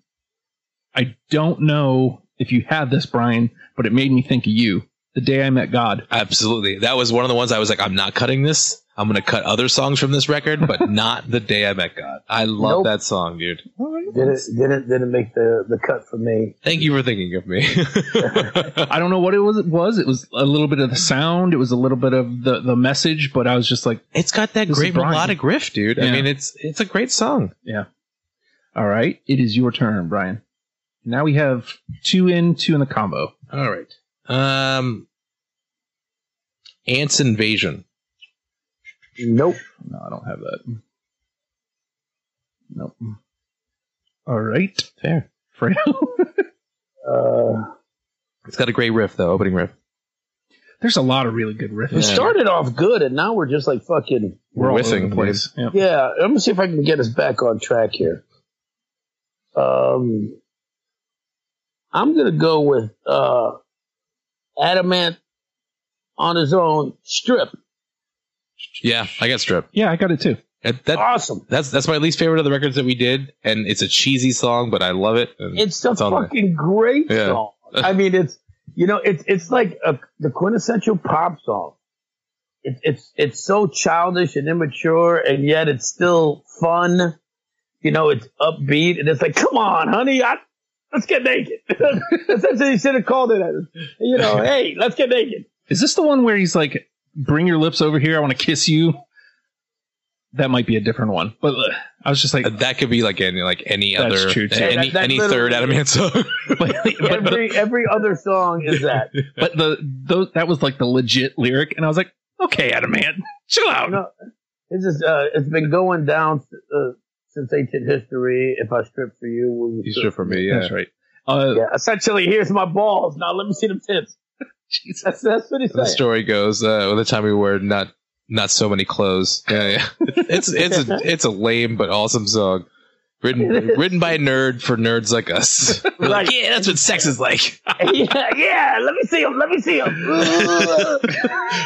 Speaker 1: I don't know if you had this, Brian, but it made me think of you. The day I met God.
Speaker 3: Absolutely, that was one of the ones I was like, I'm not cutting this. I'm gonna cut other songs from this record, but not the day I met God. I love
Speaker 2: Nope.
Speaker 3: that song, dude.
Speaker 2: Didn't didn't didn't make the the cut for me.
Speaker 3: Thank you for thinking of me.
Speaker 1: I don't know what it was. It was. It was a little bit of the sound. It was a little bit of the the message, but I was just like,
Speaker 3: it's got that
Speaker 1: This is
Speaker 3: great
Speaker 1: Brian.
Speaker 3: melodic riff, dude. I
Speaker 1: Yeah.
Speaker 3: mean, it's it's a great song.
Speaker 1: all right, it is your turn, Brian. Now we have two in, two in the combo.
Speaker 3: All right. Um, Ants Invasion.
Speaker 2: Nope.
Speaker 1: No, I don't have that. Nope. All right.
Speaker 3: Fair.
Speaker 1: Fredo.
Speaker 2: Uh,
Speaker 3: It's got a great riff though, opening riff.
Speaker 1: There's a lot of really good riffs.
Speaker 2: we
Speaker 3: Yeah.
Speaker 2: started off good, and now we're just like fucking.
Speaker 1: We're all
Speaker 3: Whiffing,
Speaker 1: over the place. Yep.
Speaker 2: Yeah, I'm gonna see if I can get us back on track here. Um, I'm gonna go with uh, Adamant on his own strip.
Speaker 3: Yeah, I got stripped.
Speaker 1: Yeah, I got it too.
Speaker 3: That, that-
Speaker 2: Awesome.
Speaker 3: that's that's my least favorite of the records that we did, and it's a cheesy song, but I love it. And
Speaker 2: It's a
Speaker 3: It's on there.
Speaker 2: fucking great
Speaker 3: Yeah.
Speaker 2: song. I mean, it's you know, it's it's like a, the quintessential pop song. It, it's it's so childish and immature, and yet it's still fun. You know, it's upbeat, and it's like, come on, honey, I, let's get naked. That's what he should have called it. as. You know, hey, let's get naked.
Speaker 1: Is this the one where he's like, "Bring your lips over here. I want to kiss you." That might be a different one, but uh, I was just like,
Speaker 3: that could be like any like any
Speaker 1: That's
Speaker 3: other
Speaker 1: true, too.
Speaker 3: any
Speaker 2: Yeah, that- that
Speaker 3: any
Speaker 2: literally-
Speaker 3: third Adamant song.
Speaker 1: but, but, but,
Speaker 2: Every every other song is that.
Speaker 1: but the those, that was like the legit lyric, and I was like, "Okay, Adamant, chill out."
Speaker 2: No, It's just uh, it's been going down uh, since ancient history. If I strip for you, will you,
Speaker 3: You
Speaker 2: strip
Speaker 3: strip for me, yeah.
Speaker 1: That's right. Uh,
Speaker 2: Yeah, essentially, here's my balls. Now let me see them tits.
Speaker 1: Jesus.
Speaker 2: That's, that's what he
Speaker 3: The
Speaker 2: said.
Speaker 3: story goes uh, the time we wore not not so many clothes. Yeah, yeah. It's it's a, it's a lame but awesome song. Written,
Speaker 2: It is.
Speaker 3: written by a nerd for nerds like us. We're like,
Speaker 2: Like-
Speaker 3: yeah, that's what sex is like.
Speaker 2: yeah, yeah. Let me see him. Let me see him.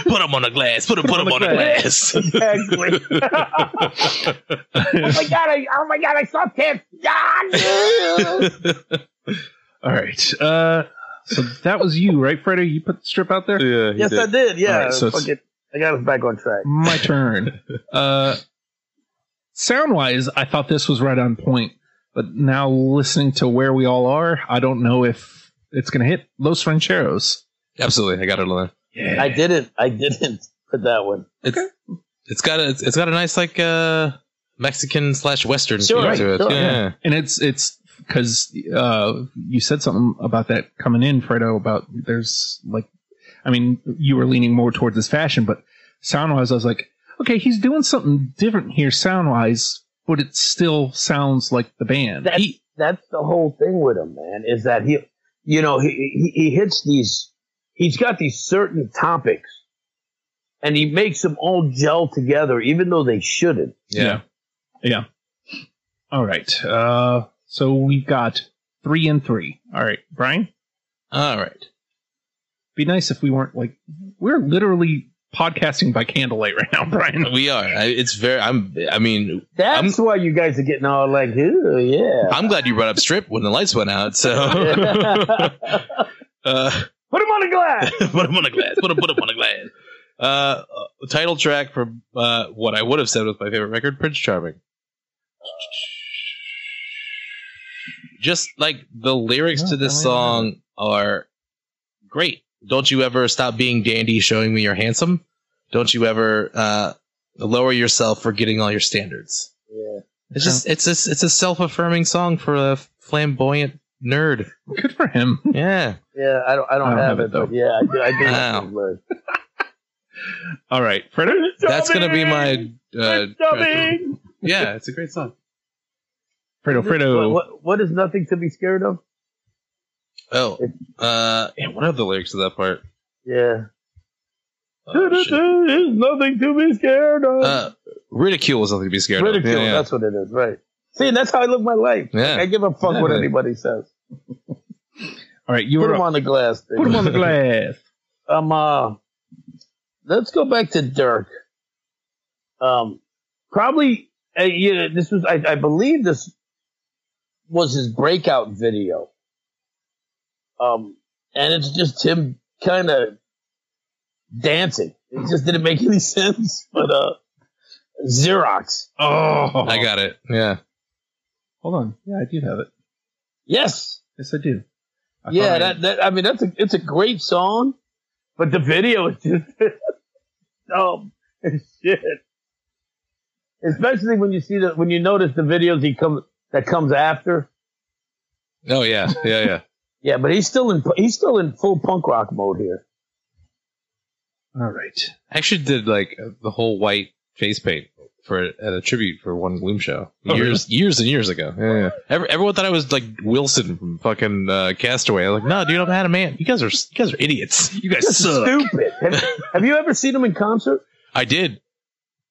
Speaker 3: Put them on a glass. Put them, put 'em on, a glass.
Speaker 2: exactly. oh my god! I, oh my god! I saw tits. God.
Speaker 1: All right. Uh, so that was you, right, Fredo? You put the strip out there.
Speaker 3: yeah,
Speaker 2: yes, I did. Yeah.
Speaker 1: Alright, so it's-
Speaker 2: Fuck it. I got us back on track.
Speaker 1: My turn. Uh, sound wise, I thought this was right on point, but now listening to where we all are, I don't know if it's going to hit Los Rancheros.
Speaker 3: Absolutely, I got it on there.
Speaker 1: Yeah.
Speaker 2: I didn't. I didn't put that one.
Speaker 3: It's it's got a it's, it's got a nice like uh Mexican slash Western
Speaker 2: Sure,
Speaker 3: feel
Speaker 2: right,
Speaker 3: to it.
Speaker 2: sure.
Speaker 3: yeah.
Speaker 1: and it's it's because uh, you said something about that coming in, Fredo. About there's like, I mean, you were leaning more towards this fashion, but sound wise, I was like, okay, he's doing something different here, sound wise, but it still sounds like the band.
Speaker 2: That's, that's the whole thing with him, man. Is that he, you know, he, he he hits these. He's got these certain topics, and he makes them all gel together, even though they shouldn't.
Speaker 3: Yeah.
Speaker 1: yeah. Yeah. All right. Uh, so we've got three and three. All right, Brian.
Speaker 3: All right.
Speaker 1: Be nice if we weren't like we're literally podcasting by candlelight right now, Brian.
Speaker 3: We are. I, it's very. I'm. I mean,
Speaker 2: That's why you guys are getting all like, "Ooh, yeah."
Speaker 3: I'm glad you brought up strip when the lights went out. So, uh,
Speaker 2: Put him on a glass.
Speaker 3: put them on a glass. Put them. Put them on a glass. Uh, title track for uh, what I would have said was my favorite record, Prince Charming. Just like the lyrics to this song are great. Don't you ever stop being dandy, showing me you're handsome. Don't you ever uh, lower yourself for getting all your standards.
Speaker 2: yeah.
Speaker 3: It's just it's a, it's a self affirming song for a flamboyant nerd.
Speaker 1: Good for him.
Speaker 3: Yeah.
Speaker 2: Yeah, I don't. I don't, have, it,
Speaker 1: though.
Speaker 2: but yeah, I do. I do.
Speaker 3: Wow.
Speaker 2: have it.
Speaker 1: All right, Fredo.
Speaker 3: That's gonna be my uh,
Speaker 2: It's coming.
Speaker 3: Yeah, it's a great song.
Speaker 1: Fredo. Fredo.
Speaker 2: What, what, what is nothing to be scared of?
Speaker 3: Oh. Uh and what are the lyrics of that part?
Speaker 2: Yeah.
Speaker 3: Oh, shit.
Speaker 2: There's nothing to be scared of.
Speaker 3: uh ridicule is something to be scared
Speaker 2: Ridicule.
Speaker 3: of. Yeah, yeah.
Speaker 2: That's what it is, right? See, that's how I live my life.
Speaker 3: Yeah.
Speaker 2: I give a fuck what
Speaker 3: Exactly.
Speaker 2: anybody says.
Speaker 1: All right, you
Speaker 2: Put
Speaker 1: were
Speaker 2: them
Speaker 1: up.
Speaker 2: on the glass.
Speaker 1: Put him on the glass.
Speaker 2: glass. Um, uh, let's go back to Dirk. Um, probably, uh, you know, this was, I, I believe this was his breakout video. Um, and it's just him kind of dancing. It just didn't make any sense, but, uh, Xerox.
Speaker 1: Oh,
Speaker 3: I got it. Yeah.
Speaker 1: Hold on. Yeah, I do have it.
Speaker 2: Yes.
Speaker 1: Yes, I do. I
Speaker 2: yeah,
Speaker 1: thought I-
Speaker 2: that, that I mean that's a it's a great song, but the video is just dumb as shit. Especially when you see the when you notice the videos he comes that comes after.
Speaker 3: Oh yeah. Yeah, yeah.
Speaker 2: Yeah, but he's still in he's still in full punk rock mode here.
Speaker 1: All right.
Speaker 3: I actually did like the whole white face paint for at a tribute for one Gloom show
Speaker 1: Oh,
Speaker 3: years years and years ago. Yeah, yeah. Every, everyone thought I was like Wilson from fucking uh, Castaway. I was like, no, dude, I'm Adam Ant. You guys are you guys are idiots. You guys
Speaker 2: This is
Speaker 3: suck.
Speaker 2: stupid. Have, have you ever seen him in concert?
Speaker 3: I did.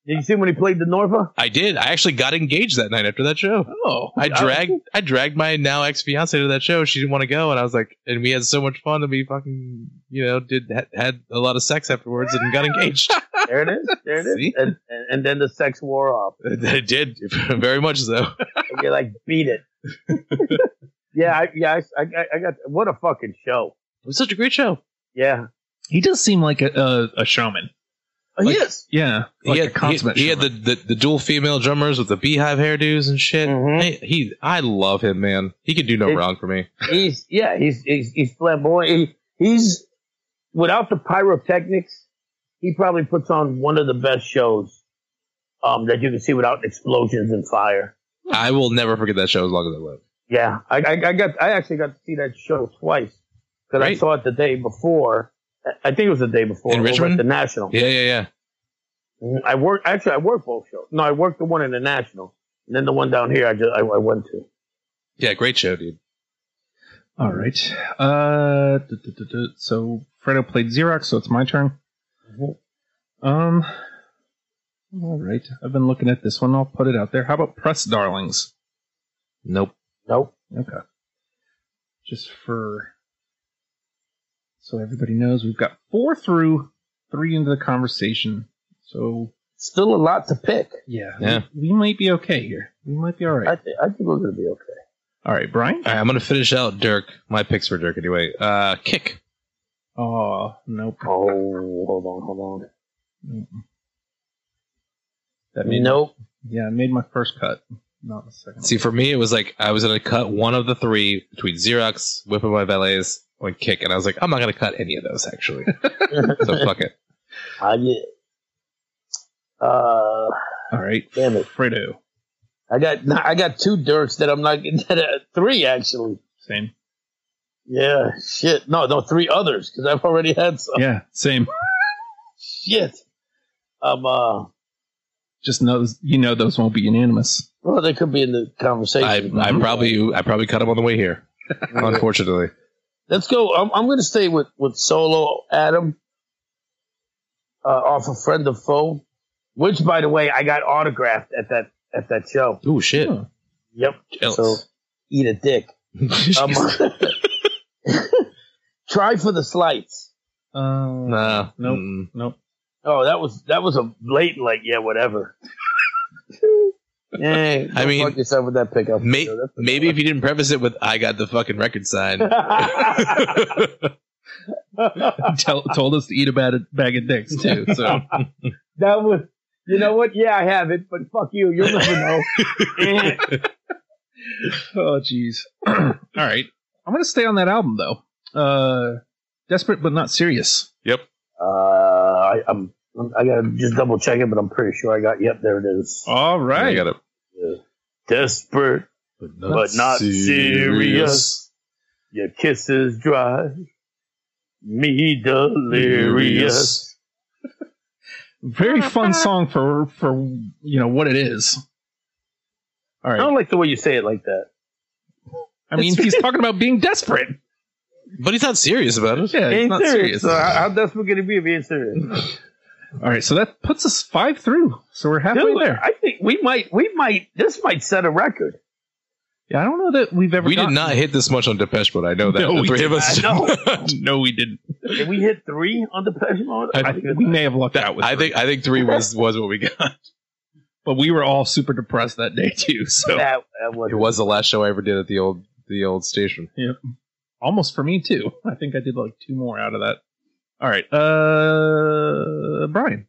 Speaker 2: Did you see him when he played the Norva?
Speaker 3: I did. I actually got engaged that night after that show.
Speaker 1: Oh,
Speaker 3: I dragged I dragged my now ex fiance to that show. She didn't want to go, and I was like, and we had so much fun that we fucking you know did had, had a lot of sex afterwards and got engaged.
Speaker 2: There it is. There it
Speaker 3: See?
Speaker 2: is. And, and and then the sex wore off.
Speaker 3: I did very much so.
Speaker 2: And you're like, beat it. yeah, I, yeah, I, I, I got what a fucking show.
Speaker 3: It was such a great show.
Speaker 2: Yeah.
Speaker 1: He does seem like a, a, a shaman.
Speaker 2: Yes.
Speaker 1: Like- Yeah, like
Speaker 3: he
Speaker 1: a
Speaker 3: had,
Speaker 1: consummate
Speaker 3: he, he had
Speaker 1: shaman.
Speaker 3: the, the, the dual female drummers with the beehive hairdos and shit.
Speaker 2: Mhm.
Speaker 3: Hey, He, I love him, man. He can do no
Speaker 2: It-
Speaker 3: wrong for me.
Speaker 2: he's yeah, he's he's, he's flamboyant. He, he's without the pyrotechnics, he probably puts on one of the best shows um, that you can see without explosions and fire.
Speaker 3: I will never forget that show as long as I live.
Speaker 2: Yeah, I, I, I got I actually got to see that show twice because I
Speaker 3: Right.
Speaker 2: saw it the day before. I- I think it was the day before
Speaker 3: In
Speaker 2: over at
Speaker 3: Richmond?
Speaker 2: the National.
Speaker 3: Yeah, yeah, yeah.
Speaker 2: Mhm. I work actually I worked both shows. No, I worked the one in the National, and then the one down here I just I, I went to.
Speaker 3: Yeah, great show, dude.
Speaker 1: All right. Uh, duh, duh, duh, duh. so Fredo played Xerox, so it's my turn.
Speaker 2: Mm-hmm.
Speaker 1: Um. All right. I've been looking at this one. I'll put it out there. How about Press Darlings?
Speaker 3: Nope.
Speaker 2: Nope.
Speaker 1: Okay. Just for so everybody knows, we've got four through, three into the conversation. So
Speaker 2: Still a lot to pick.
Speaker 1: yeah,
Speaker 3: Yeah.
Speaker 1: We, we might be okay here. We might be all right.
Speaker 2: I, th- I think we're going to be okay.
Speaker 1: all right, Brian.
Speaker 3: All right, I'm gonna finish out Dirk. My picks for Dirk anyway. Uh, kick.
Speaker 1: Oh nope.
Speaker 2: Oh, hold on, hold on.
Speaker 1: Mm-mm. That made
Speaker 2: Nope.
Speaker 1: yeah, it made my first cut, not the second.
Speaker 3: See, for me, it was like I was gonna cut one of the three between Xerox, Whip of My Valets, or Kick, and I was like, I'm not gonna cut any of those actually. so fuck it.
Speaker 2: I get. Uh,
Speaker 1: All right,
Speaker 2: damn it!
Speaker 1: Fredo.
Speaker 2: I got I got two dirks that I'm not getting. Three actually.
Speaker 1: Same.
Speaker 2: Yeah, shit. No, no, three others because I've already had some.
Speaker 1: Yeah, same.
Speaker 2: Shit. Um. Uh.
Speaker 1: Just knows you know those won't be unanimous.
Speaker 2: Well, they could be in the conversation.
Speaker 3: I, I probably I probably cut them on the way here. Unfortunately,
Speaker 2: Let's go. I'm, I'm going to stay with, with Solo Adam uh, off of Friend of Foe, which, by the way, I got autographed at that at that show.
Speaker 3: ooh shit.
Speaker 1: Oh.
Speaker 2: Yep.
Speaker 3: Jealous.
Speaker 2: So eat a dick. Um, try for the slights.
Speaker 1: Uh,
Speaker 3: nah,
Speaker 1: Nope.
Speaker 3: mm.
Speaker 1: Nope.
Speaker 2: Oh, that was that was a blatant like yeah whatever. yeah,
Speaker 3: I mean-
Speaker 2: fuck yourself with that pickup.
Speaker 3: May-
Speaker 2: That's a-
Speaker 3: maybe if you didn't preface it with "I got the fucking record signed."
Speaker 1: Tell, told us to eat a bag of, bag of dicks too. So
Speaker 2: That was, you know what? Yeah, I have it, but fuck you. You'll never know.
Speaker 1: oh jeez. All right, I'm gonna stay on that album though. Uh, desperate but not serious.
Speaker 2: uh, I, I'm, I gotta just double check it, but I'm pretty sure I got. Yep, there it is.
Speaker 1: All
Speaker 3: I
Speaker 1: right.
Speaker 3: got it.
Speaker 2: Desperate, but not serious. Your kisses dry, me delirious.
Speaker 1: Very fun song for for you know what it is. All
Speaker 2: I
Speaker 1: right.
Speaker 2: don't like the way you say it like that.
Speaker 1: I mean, he's talking about being desperate.
Speaker 3: But he's not serious about it.
Speaker 1: Yeah, he's
Speaker 2: Ain't
Speaker 1: not serious.
Speaker 2: So uh, how, how desperate can it be if you ain't serious?
Speaker 1: All right, so that puts us five through. So we're halfway
Speaker 2: Dude,
Speaker 1: there.
Speaker 2: I think we might, we might, this might set a record.
Speaker 1: Yeah, I don't know that we've ever.
Speaker 3: We did
Speaker 1: gotten-
Speaker 3: not hit this much on Depeche Mode. I know that.
Speaker 1: No,
Speaker 3: the
Speaker 1: we
Speaker 3: three of
Speaker 2: I
Speaker 3: us. did
Speaker 2: know.
Speaker 3: not.
Speaker 1: No, we didn't.
Speaker 2: Did we hit three on the Depeche Mode?
Speaker 1: I, we may have lucked out with.
Speaker 3: I
Speaker 1: three.
Speaker 3: think I think three was was what we got.
Speaker 1: but we were all super depressed that day too. So
Speaker 2: that, that
Speaker 3: It
Speaker 2: wasn't.
Speaker 3: was the last show I ever did at the old the old station.
Speaker 1: almost for me too. I think I did like two more out of that. All right, uh, Brian.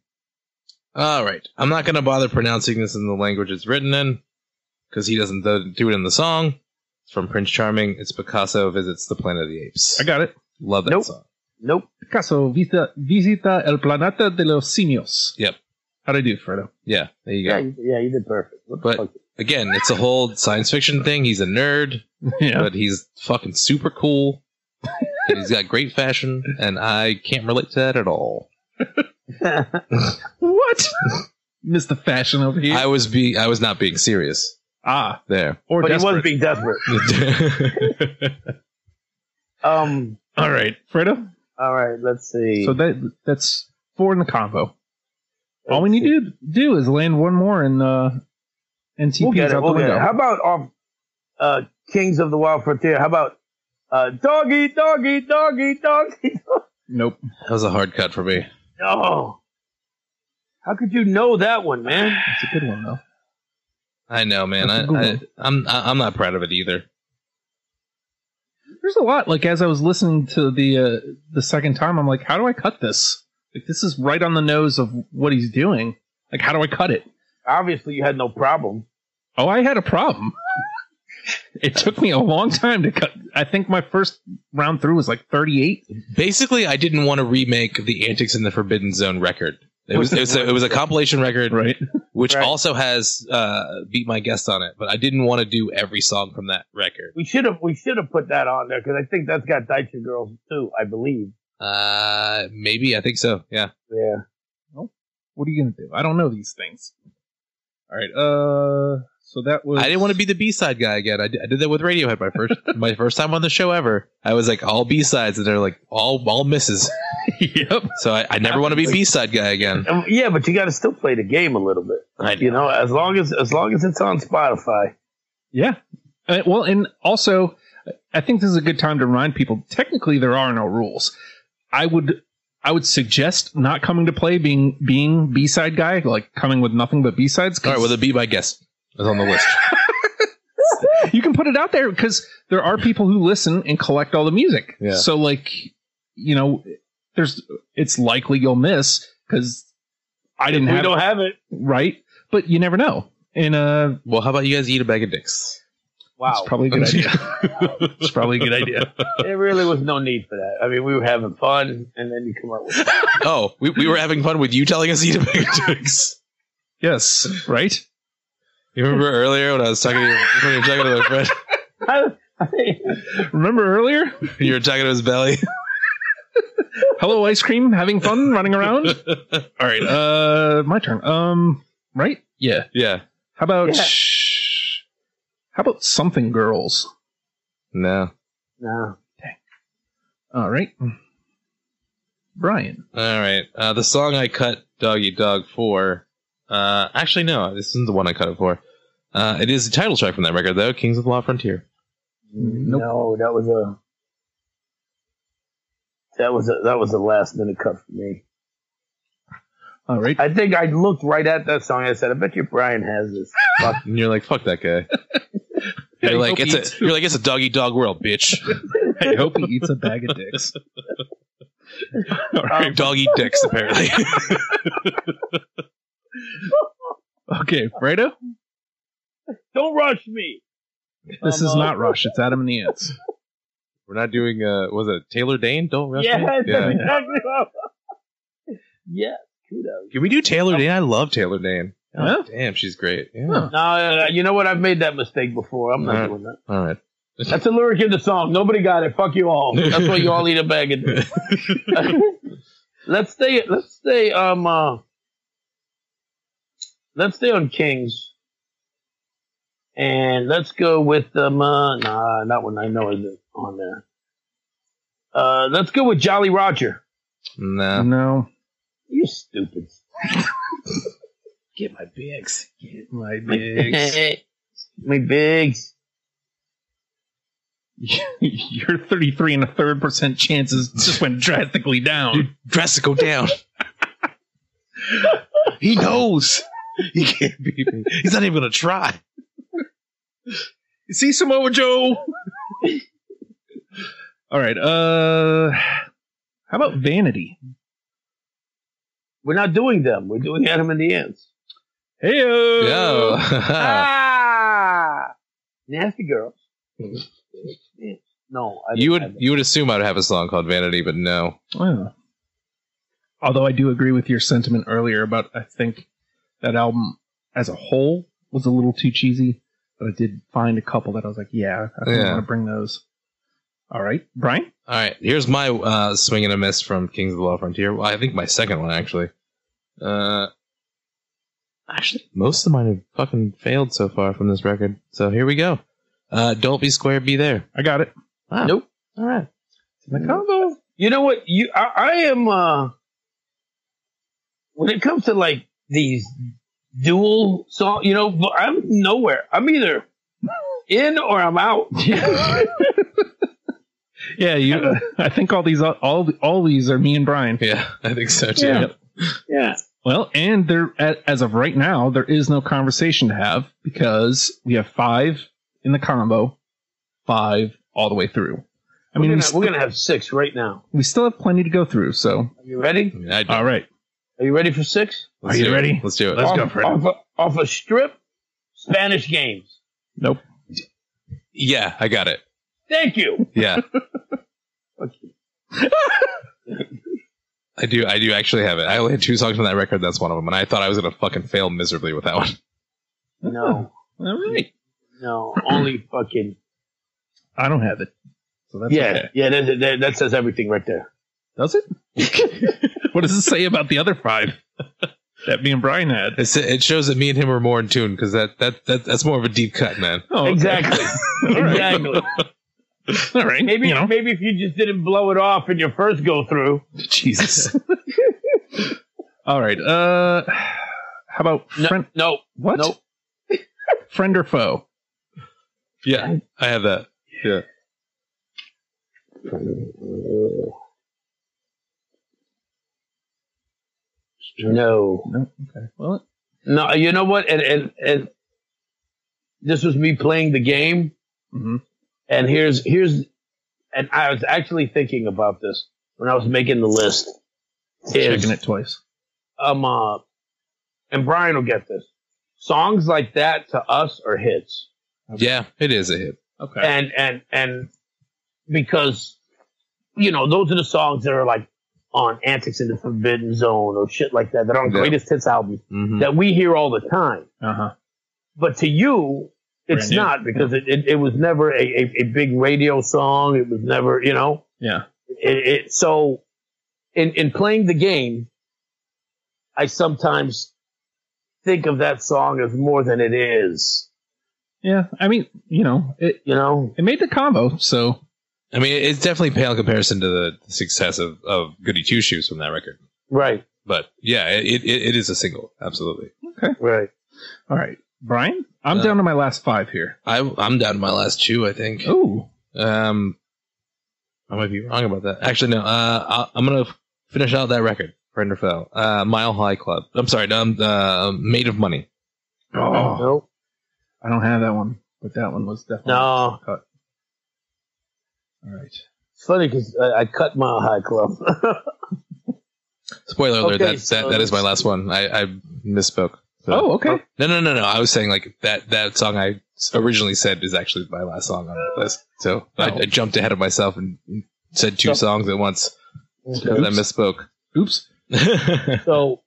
Speaker 3: All right, I'm not gonna bother pronouncing this in the language it's written in because he doesn't do do it in the song. It's from Prince Charming. It's Picasso visits the Planet of the Apes.
Speaker 1: I got it.
Speaker 3: Love that
Speaker 2: Nope.
Speaker 3: song.
Speaker 2: Nope.
Speaker 1: Picasso visita, visita el planeta de los simios.
Speaker 3: Yep.
Speaker 1: How'd I do, Fredo?
Speaker 3: Yeah, there you go.
Speaker 2: Yeah, you- yeah, you did perfect. What
Speaker 3: But-
Speaker 2: the fuck?
Speaker 3: Again, it's a whole science fiction thing. He's a nerd,
Speaker 1: yeah.
Speaker 3: but he's fucking super cool. and he's got great fashion, and I can't relate to that at all.
Speaker 1: What? Missed the fashion over here.
Speaker 3: I was be I was not being serious
Speaker 1: ah,
Speaker 3: there.
Speaker 1: or
Speaker 2: but he was
Speaker 1: desperate.
Speaker 2: being desperate. Um.
Speaker 1: all right, Fredo.
Speaker 2: All right. Let's see.
Speaker 1: So that that's four in the combo. All we
Speaker 2: Let's
Speaker 1: need to
Speaker 2: see.
Speaker 1: do, do is land one more and uh, NTP's
Speaker 2: We'll get it.
Speaker 1: out
Speaker 2: We'll
Speaker 1: the
Speaker 2: get
Speaker 1: window.
Speaker 2: it. How about off uh, Kings of the Wild Frontier? How about uh, doggy, doggy, doggy, doggy?
Speaker 1: nope.
Speaker 3: that was a hard cut for me.
Speaker 2: No. How could you know that one, man?
Speaker 1: That's a good one though.
Speaker 3: I know, man. I,
Speaker 1: That's a good
Speaker 3: I
Speaker 1: one.
Speaker 3: I'm I- I'm not proud of it either.
Speaker 1: There's a lot. Like as I was listening to the uh, the second time, I'm like, how do I cut this? Like this is right on the nose of what he's doing. Like how do I cut it?
Speaker 2: Obviously, you had no problem.
Speaker 1: Oh, I had a problem. it took me a long time to cut. I think my first round through was like 38.
Speaker 3: Basically, I didn't want to remake the Antics in the Forbidden Zone record. It was it was a, it was a compilation record,
Speaker 1: Right.
Speaker 3: which
Speaker 2: Right.
Speaker 3: also has uh, "Beat My Guest" on it. But I didn't want to do every song from that record.
Speaker 2: We should have we should have put that on there because I think that's got Daichi Girls too. I believe.
Speaker 3: Uh, maybe I think so. Yeah,
Speaker 2: Yeah.
Speaker 1: What are you gonna do? I don't know these things. All right. Uh. So that was.
Speaker 3: I didn't want to be the B side guy again. I did, I did that with Radiohead my first my first time on the show ever. I was like all B sides, and they're like all all misses.
Speaker 1: yep.
Speaker 3: So I, I never want to be B side guy again.
Speaker 2: Um, Yeah, but you got to still play the game a little bit.
Speaker 3: I
Speaker 2: You know, as long as as long as it's on Spotify.
Speaker 1: Yeah. Uh, well, and also, I think this is a good time to remind people. Technically, there are no rules. I would, I would suggest not coming to play, being being B side guy, like coming with nothing but B sides.
Speaker 3: All right, well, the B my guess is on the list.
Speaker 1: you can put it out there because there are people who listen and collect all the music.
Speaker 3: Yeah.
Speaker 1: So like, you know, there's it's likely you'll miss because I didn't
Speaker 2: we
Speaker 1: have
Speaker 2: don't have it.
Speaker 1: right, but you never know. And uh,
Speaker 3: Well, how about you guys eat a bag of dicks?
Speaker 2: Wow,
Speaker 1: it's probably a good idea. it's probably a good idea.
Speaker 2: there really was no need for that. I mean, we were having fun, and then you come up with
Speaker 3: Oh, we, we were having fun with you telling us to eat a bag of dicks.
Speaker 1: Yes, right.
Speaker 3: You remember earlier when I was talking to you, when you were talking to my friend,
Speaker 2: I, I-
Speaker 1: Remember earlier?
Speaker 3: you were talking to his belly.
Speaker 1: Hello, ice cream. Having fun, running around. All right, uh, my turn. Um, right? Yeah.
Speaker 3: Yeah.
Speaker 1: How about?
Speaker 2: Yeah.
Speaker 1: How about something girls?
Speaker 3: No.
Speaker 2: no.
Speaker 1: All right, Brian.
Speaker 3: All right. Uh, the song I cut Doggy Dog for. Uh, actually, no. This isn't the one I cut it for. Uh, it is the title track from that record, though Kings of the Law Frontier.
Speaker 1: Nope.
Speaker 2: No, that was a that was a, that was a last minute cut for me.
Speaker 1: All right.
Speaker 2: I think I looked right at that song. I said, "I bet you Brian has this." Fuck.
Speaker 3: And you're like, fuck that guy.
Speaker 1: I
Speaker 3: You're
Speaker 1: hope
Speaker 3: like,
Speaker 1: he
Speaker 3: it's
Speaker 1: eats-
Speaker 3: a, you're like, it's a doggy dog world, bitch.
Speaker 1: I hope he eats a bag of dicks. All right.
Speaker 3: Doggy dicks, apparently.
Speaker 1: Okay, Fredo.
Speaker 2: Don't rush me.
Speaker 1: This
Speaker 2: Um,
Speaker 1: is
Speaker 2: uh,
Speaker 1: not Rush. It's Adam and the Ants.
Speaker 3: We're not doing, uh, was it Taylor Dane? Don't rush
Speaker 2: Yeah,
Speaker 3: me?
Speaker 2: that's
Speaker 3: yeah.
Speaker 2: exactly what. I- Yeah, kudos.
Speaker 3: Can we do Taylor Dane? I love Taylor Dane. Oh,
Speaker 1: Yeah?
Speaker 3: Damn, she's great. Yeah.
Speaker 1: Huh.
Speaker 2: No, no, no, you know what? I've made that mistake before. I'm not
Speaker 3: Alright.
Speaker 2: doing that.
Speaker 3: All right.
Speaker 2: That's a lyric in the song. Nobody got it. Fuck you all. That's why you all eat a bag of dicks. let's stay. Let's stay. Um. Uh, let's stay on Kings. And let's go with um. Uh, nah, that one I know is on there. Uh, let's go with Jolly Roger.
Speaker 3: No.
Speaker 1: No.
Speaker 2: You stupid.
Speaker 1: Get my bigs. Get my
Speaker 2: My bigs.
Speaker 1: Your 33 and a third percent chances just went drastically down.
Speaker 3: dress to go down. he knows. He can't beat me. He's not even gonna try.
Speaker 1: See Samoa Joe. All right. Uh, how about vanity?
Speaker 2: We're not doing them. We're doing Adam and the Ants.
Speaker 1: Hey,
Speaker 2: ah, nasty girls. no, I
Speaker 3: you
Speaker 2: don't
Speaker 3: would
Speaker 2: have it.
Speaker 3: you would assume I'd have a song called Vanity, but no.
Speaker 1: Although I do agree with your sentiment earlier about I think that album as a whole was a little too cheesy, but I did find a couple that I was like, yeah, I think
Speaker 3: Yeah.
Speaker 1: I'm gonna bring those. All right, Brian.
Speaker 3: All right, here's my uh, swing and a miss from Kings of the Law Frontier. Well, I think my second one actually. Uh, actually, most of mine have fucking failed so far from this record. So here we go. Uh, don't be square, be there.
Speaker 1: I got it.
Speaker 3: Wow.
Speaker 2: Nope.
Speaker 3: All right.
Speaker 2: Ah,
Speaker 1: It's in the combo.
Speaker 2: Mm. You know what? You, I, I am. uh When it comes to like these dual song, you know, but I'm nowhere. I'm either in or I'm out.
Speaker 1: Yeah, you. I think all these, all, all these are me and Brian.
Speaker 3: Yeah, I think so too.
Speaker 1: Yeah.
Speaker 2: yeah,
Speaker 1: Well, and there, a- as of right now, there is no conversation to have because we have five in the combo, five all the way through. I mean, we,
Speaker 2: we're gonna,
Speaker 1: st-
Speaker 2: we're gonna have six right now.
Speaker 1: we still have plenty to go through. So,
Speaker 2: Are you ready?
Speaker 3: I mean, I do.
Speaker 1: all right,
Speaker 2: Are you ready for six?
Speaker 3: Let's
Speaker 1: Are you
Speaker 3: do it.
Speaker 1: ready?
Speaker 3: Let's do it.
Speaker 1: Let's
Speaker 2: off,
Speaker 1: go for it.
Speaker 2: Off a, off a strip, Spanish games.
Speaker 1: nope.
Speaker 3: Yeah, I got it.
Speaker 2: Thank you.
Speaker 3: Yeah,
Speaker 2: Fuck you.
Speaker 3: I do. I do actually have it. I only had two songs from that record. That's one of them, and I thought I was gonna fucking fail miserably with that one.
Speaker 2: No,
Speaker 1: All right,
Speaker 2: no, only fucking.
Speaker 1: I don't have it, so that's
Speaker 2: yeah,
Speaker 1: okay.
Speaker 2: yeah, that, that, that says everything right there.
Speaker 1: Does it? what does it say about the other five that me and Brian had?
Speaker 3: It's, it shows that me and him are more in tune because that, that that that's more of a deep cut, man.
Speaker 1: Oh, okay.
Speaker 2: Exactly,
Speaker 1: All right.
Speaker 2: exactly.
Speaker 1: All right.
Speaker 2: Maybe,
Speaker 1: you know,
Speaker 2: maybe if you just didn't blow it off in your first go through.
Speaker 1: Jesus. all right. Uh, how about
Speaker 2: No,
Speaker 1: friend?
Speaker 2: no,
Speaker 1: What?
Speaker 2: no.
Speaker 1: Friend or foe?
Speaker 3: Yeah, I have that.
Speaker 2: No,
Speaker 1: No. Okay. Well,
Speaker 2: no. You know what? And and and this was me playing the game.
Speaker 1: hmm
Speaker 2: And here's here's, and I was actually thinking about this when I was making the list. Is,
Speaker 1: checking it twice.
Speaker 2: um, uh, and Brian will get this. Songs like that to us are hits.
Speaker 3: Yeah, it is a hit.
Speaker 1: Okay.
Speaker 2: and and and because you know those are the songs that are like on antics in the forbidden zone or shit like that that are on
Speaker 3: Yeah.
Speaker 2: greatest hits albums
Speaker 1: Mm-hmm.
Speaker 3: Mhm.
Speaker 2: that we hear all the time
Speaker 1: Uh huh.
Speaker 2: but to you it's
Speaker 1: Brand new.
Speaker 2: not because it, it, it was never a, a, a big radio song it was never you know
Speaker 1: Yeah.
Speaker 2: it, it so in in playing the game i sometimes think of that song as more than it is
Speaker 1: Yeah. I mean, you know, it,
Speaker 2: you know
Speaker 1: it made the combo, so
Speaker 3: I mean, it's definitely pale in comparison to the success of, of Goody Two Shoes from that record.
Speaker 2: right
Speaker 3: But yeah, it, it, it is a single. Absolutely.
Speaker 2: right
Speaker 1: all right. Brian, I'm
Speaker 3: Uh,
Speaker 1: down to my last five here.
Speaker 3: I, I'm down to my last two, I think.
Speaker 1: Oh,
Speaker 3: Um, I might be wrong about that. Actually, no. Uh, I, I'm gonna f- finish out that record, Friend or Foe. Uh, Mile High Club. I'm sorry. Um, uh, Made of Money.
Speaker 1: oh,
Speaker 2: nope
Speaker 1: I don't have that one, but that one was definitely
Speaker 2: no
Speaker 1: All right.
Speaker 2: It's funny because I, I cut my high club.
Speaker 3: Spoiler alert.
Speaker 2: Okay,
Speaker 3: that,
Speaker 2: so
Speaker 3: that that is my
Speaker 2: that's-
Speaker 3: last one. I, I misspoke. So-
Speaker 1: Oh, okay.
Speaker 3: No, no, no, no. I was saying like that that song I s- originally said is actually my last song on the list. So I,
Speaker 1: Oh.
Speaker 3: I jumped ahead of myself and said two
Speaker 2: So-
Speaker 3: songs at once because I
Speaker 1: Oops.
Speaker 3: misspoke.
Speaker 1: Oops.
Speaker 2: so,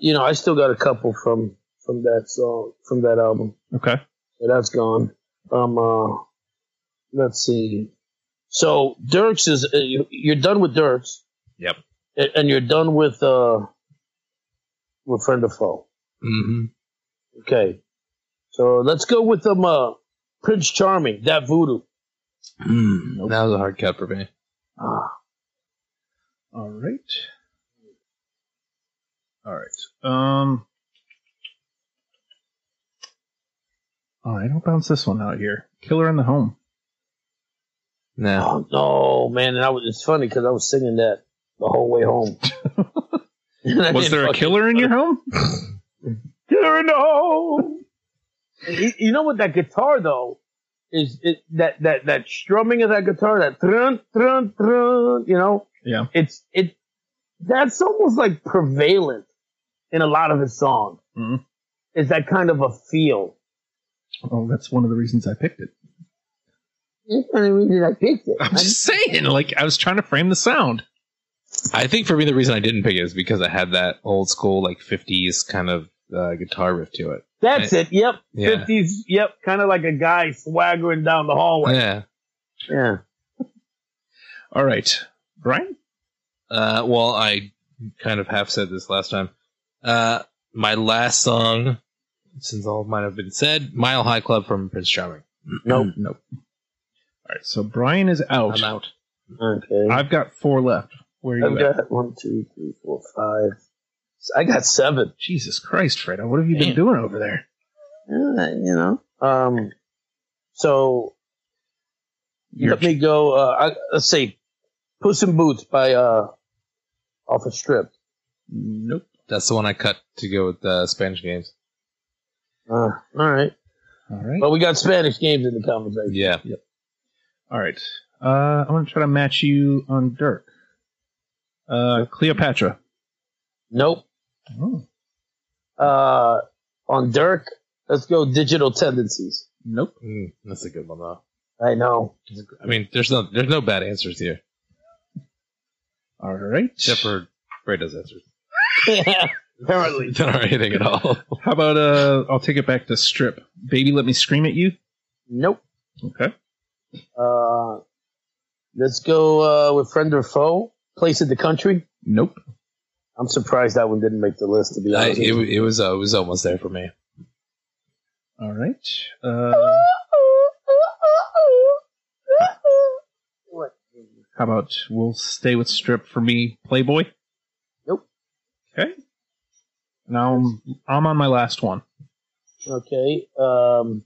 Speaker 2: you know, I still got a couple from from that song from that album.
Speaker 1: Okay.
Speaker 2: So that's gone. Um, uh, let's see. So Dirks is uh, you- you're done with Dirks.
Speaker 3: Yep.
Speaker 2: And, and you're done with uh, with friend or foe.
Speaker 3: hmm
Speaker 2: Okay. So let's go with um uh, Prince Charming, that voodoo.
Speaker 3: Mm. That was a hard cut for me.
Speaker 2: Ah,
Speaker 1: All right. All right. Um. All right. I'll bounce this one out here. Killer in the Home.
Speaker 3: No.
Speaker 2: oh no, man! And I was, it's funny because I was singing that the whole way home. And I
Speaker 1: Was
Speaker 2: didn't
Speaker 1: there a
Speaker 2: fucking-
Speaker 1: killer in your home?
Speaker 2: Killer in the home. you, you know what? That guitar though is it, that that that strumming of that guitar, that thrun thrun thrun. You know,
Speaker 1: Yeah.
Speaker 2: it's it. That's almost like prevalent in a lot of his songs.
Speaker 1: Mhm.
Speaker 2: Is that kind of a feel?
Speaker 1: Oh, that's one of the reasons I picked it.
Speaker 2: That's the only reason I picked it.
Speaker 1: I'm just saying. Like I was trying to frame the sound.
Speaker 3: I think for me the reason I didn't pick it is because I had that old school like '50s kind of uh, guitar riff to it.
Speaker 2: That's it. Yep.
Speaker 3: Yeah.
Speaker 2: Fifties. Yep. Kind of like a guy swaggering down the hallway.
Speaker 3: Yeah.
Speaker 2: Yeah.
Speaker 1: All right. Brian.
Speaker 3: Uh, well, I kind of half said this last time. Uh, my last song, since all of mine have been said, Mile High Club from Prince Charming.
Speaker 2: Nope.
Speaker 1: Mm, Nope. All right. So Brian is out.
Speaker 3: I'm out.
Speaker 2: Okay.
Speaker 1: I've got four left. Where are you
Speaker 2: I've
Speaker 1: at?
Speaker 2: got one, two, three, four, five. I got seven.
Speaker 1: Jesus Christ, Fredo. What have you
Speaker 3: Damn.
Speaker 1: been doing over there?
Speaker 2: Uh, you know. Um. So
Speaker 1: You're-
Speaker 2: let me go. Uh, I, let's see. Puss in Boots by uh, off a strip.
Speaker 1: Nope.
Speaker 3: That's the one I cut to go with uh, Spanish games.
Speaker 2: Uh, all right.
Speaker 1: All right.
Speaker 2: But we got Spanish games in the conversation.
Speaker 3: Yeah.
Speaker 1: All right. Uh, I'm going to try to match you on Dirk. Uh, Cleopatra.
Speaker 2: Nope.
Speaker 1: Oh,
Speaker 2: Uh, on Dirk, let's go. Digital tendencies.
Speaker 1: nope.
Speaker 3: Mm, that's a good one though.
Speaker 2: I know.
Speaker 3: I mean, there's no there's no bad answers here,
Speaker 1: All right.
Speaker 3: except for Fredo's answers.
Speaker 2: Apparently.
Speaker 3: They're not hitting at all.
Speaker 1: How about uh, I'll take it back to strip. Baby, let me scream at you.
Speaker 2: Nope.
Speaker 1: Okay.
Speaker 2: Uh, let's go uh, with friend or foe. Place of the country.
Speaker 1: Nope.
Speaker 2: I'm surprised that one didn't make the list. To be
Speaker 3: I,
Speaker 2: honest,
Speaker 3: it,
Speaker 2: with
Speaker 3: it was uh, it was almost there for me.
Speaker 1: All right. Uh,
Speaker 2: you.
Speaker 1: how about we'll stay with strip for me, Playboy?
Speaker 2: Nope.
Speaker 1: Okay. Now I'm, I'm on my last one.
Speaker 2: Okay. Um,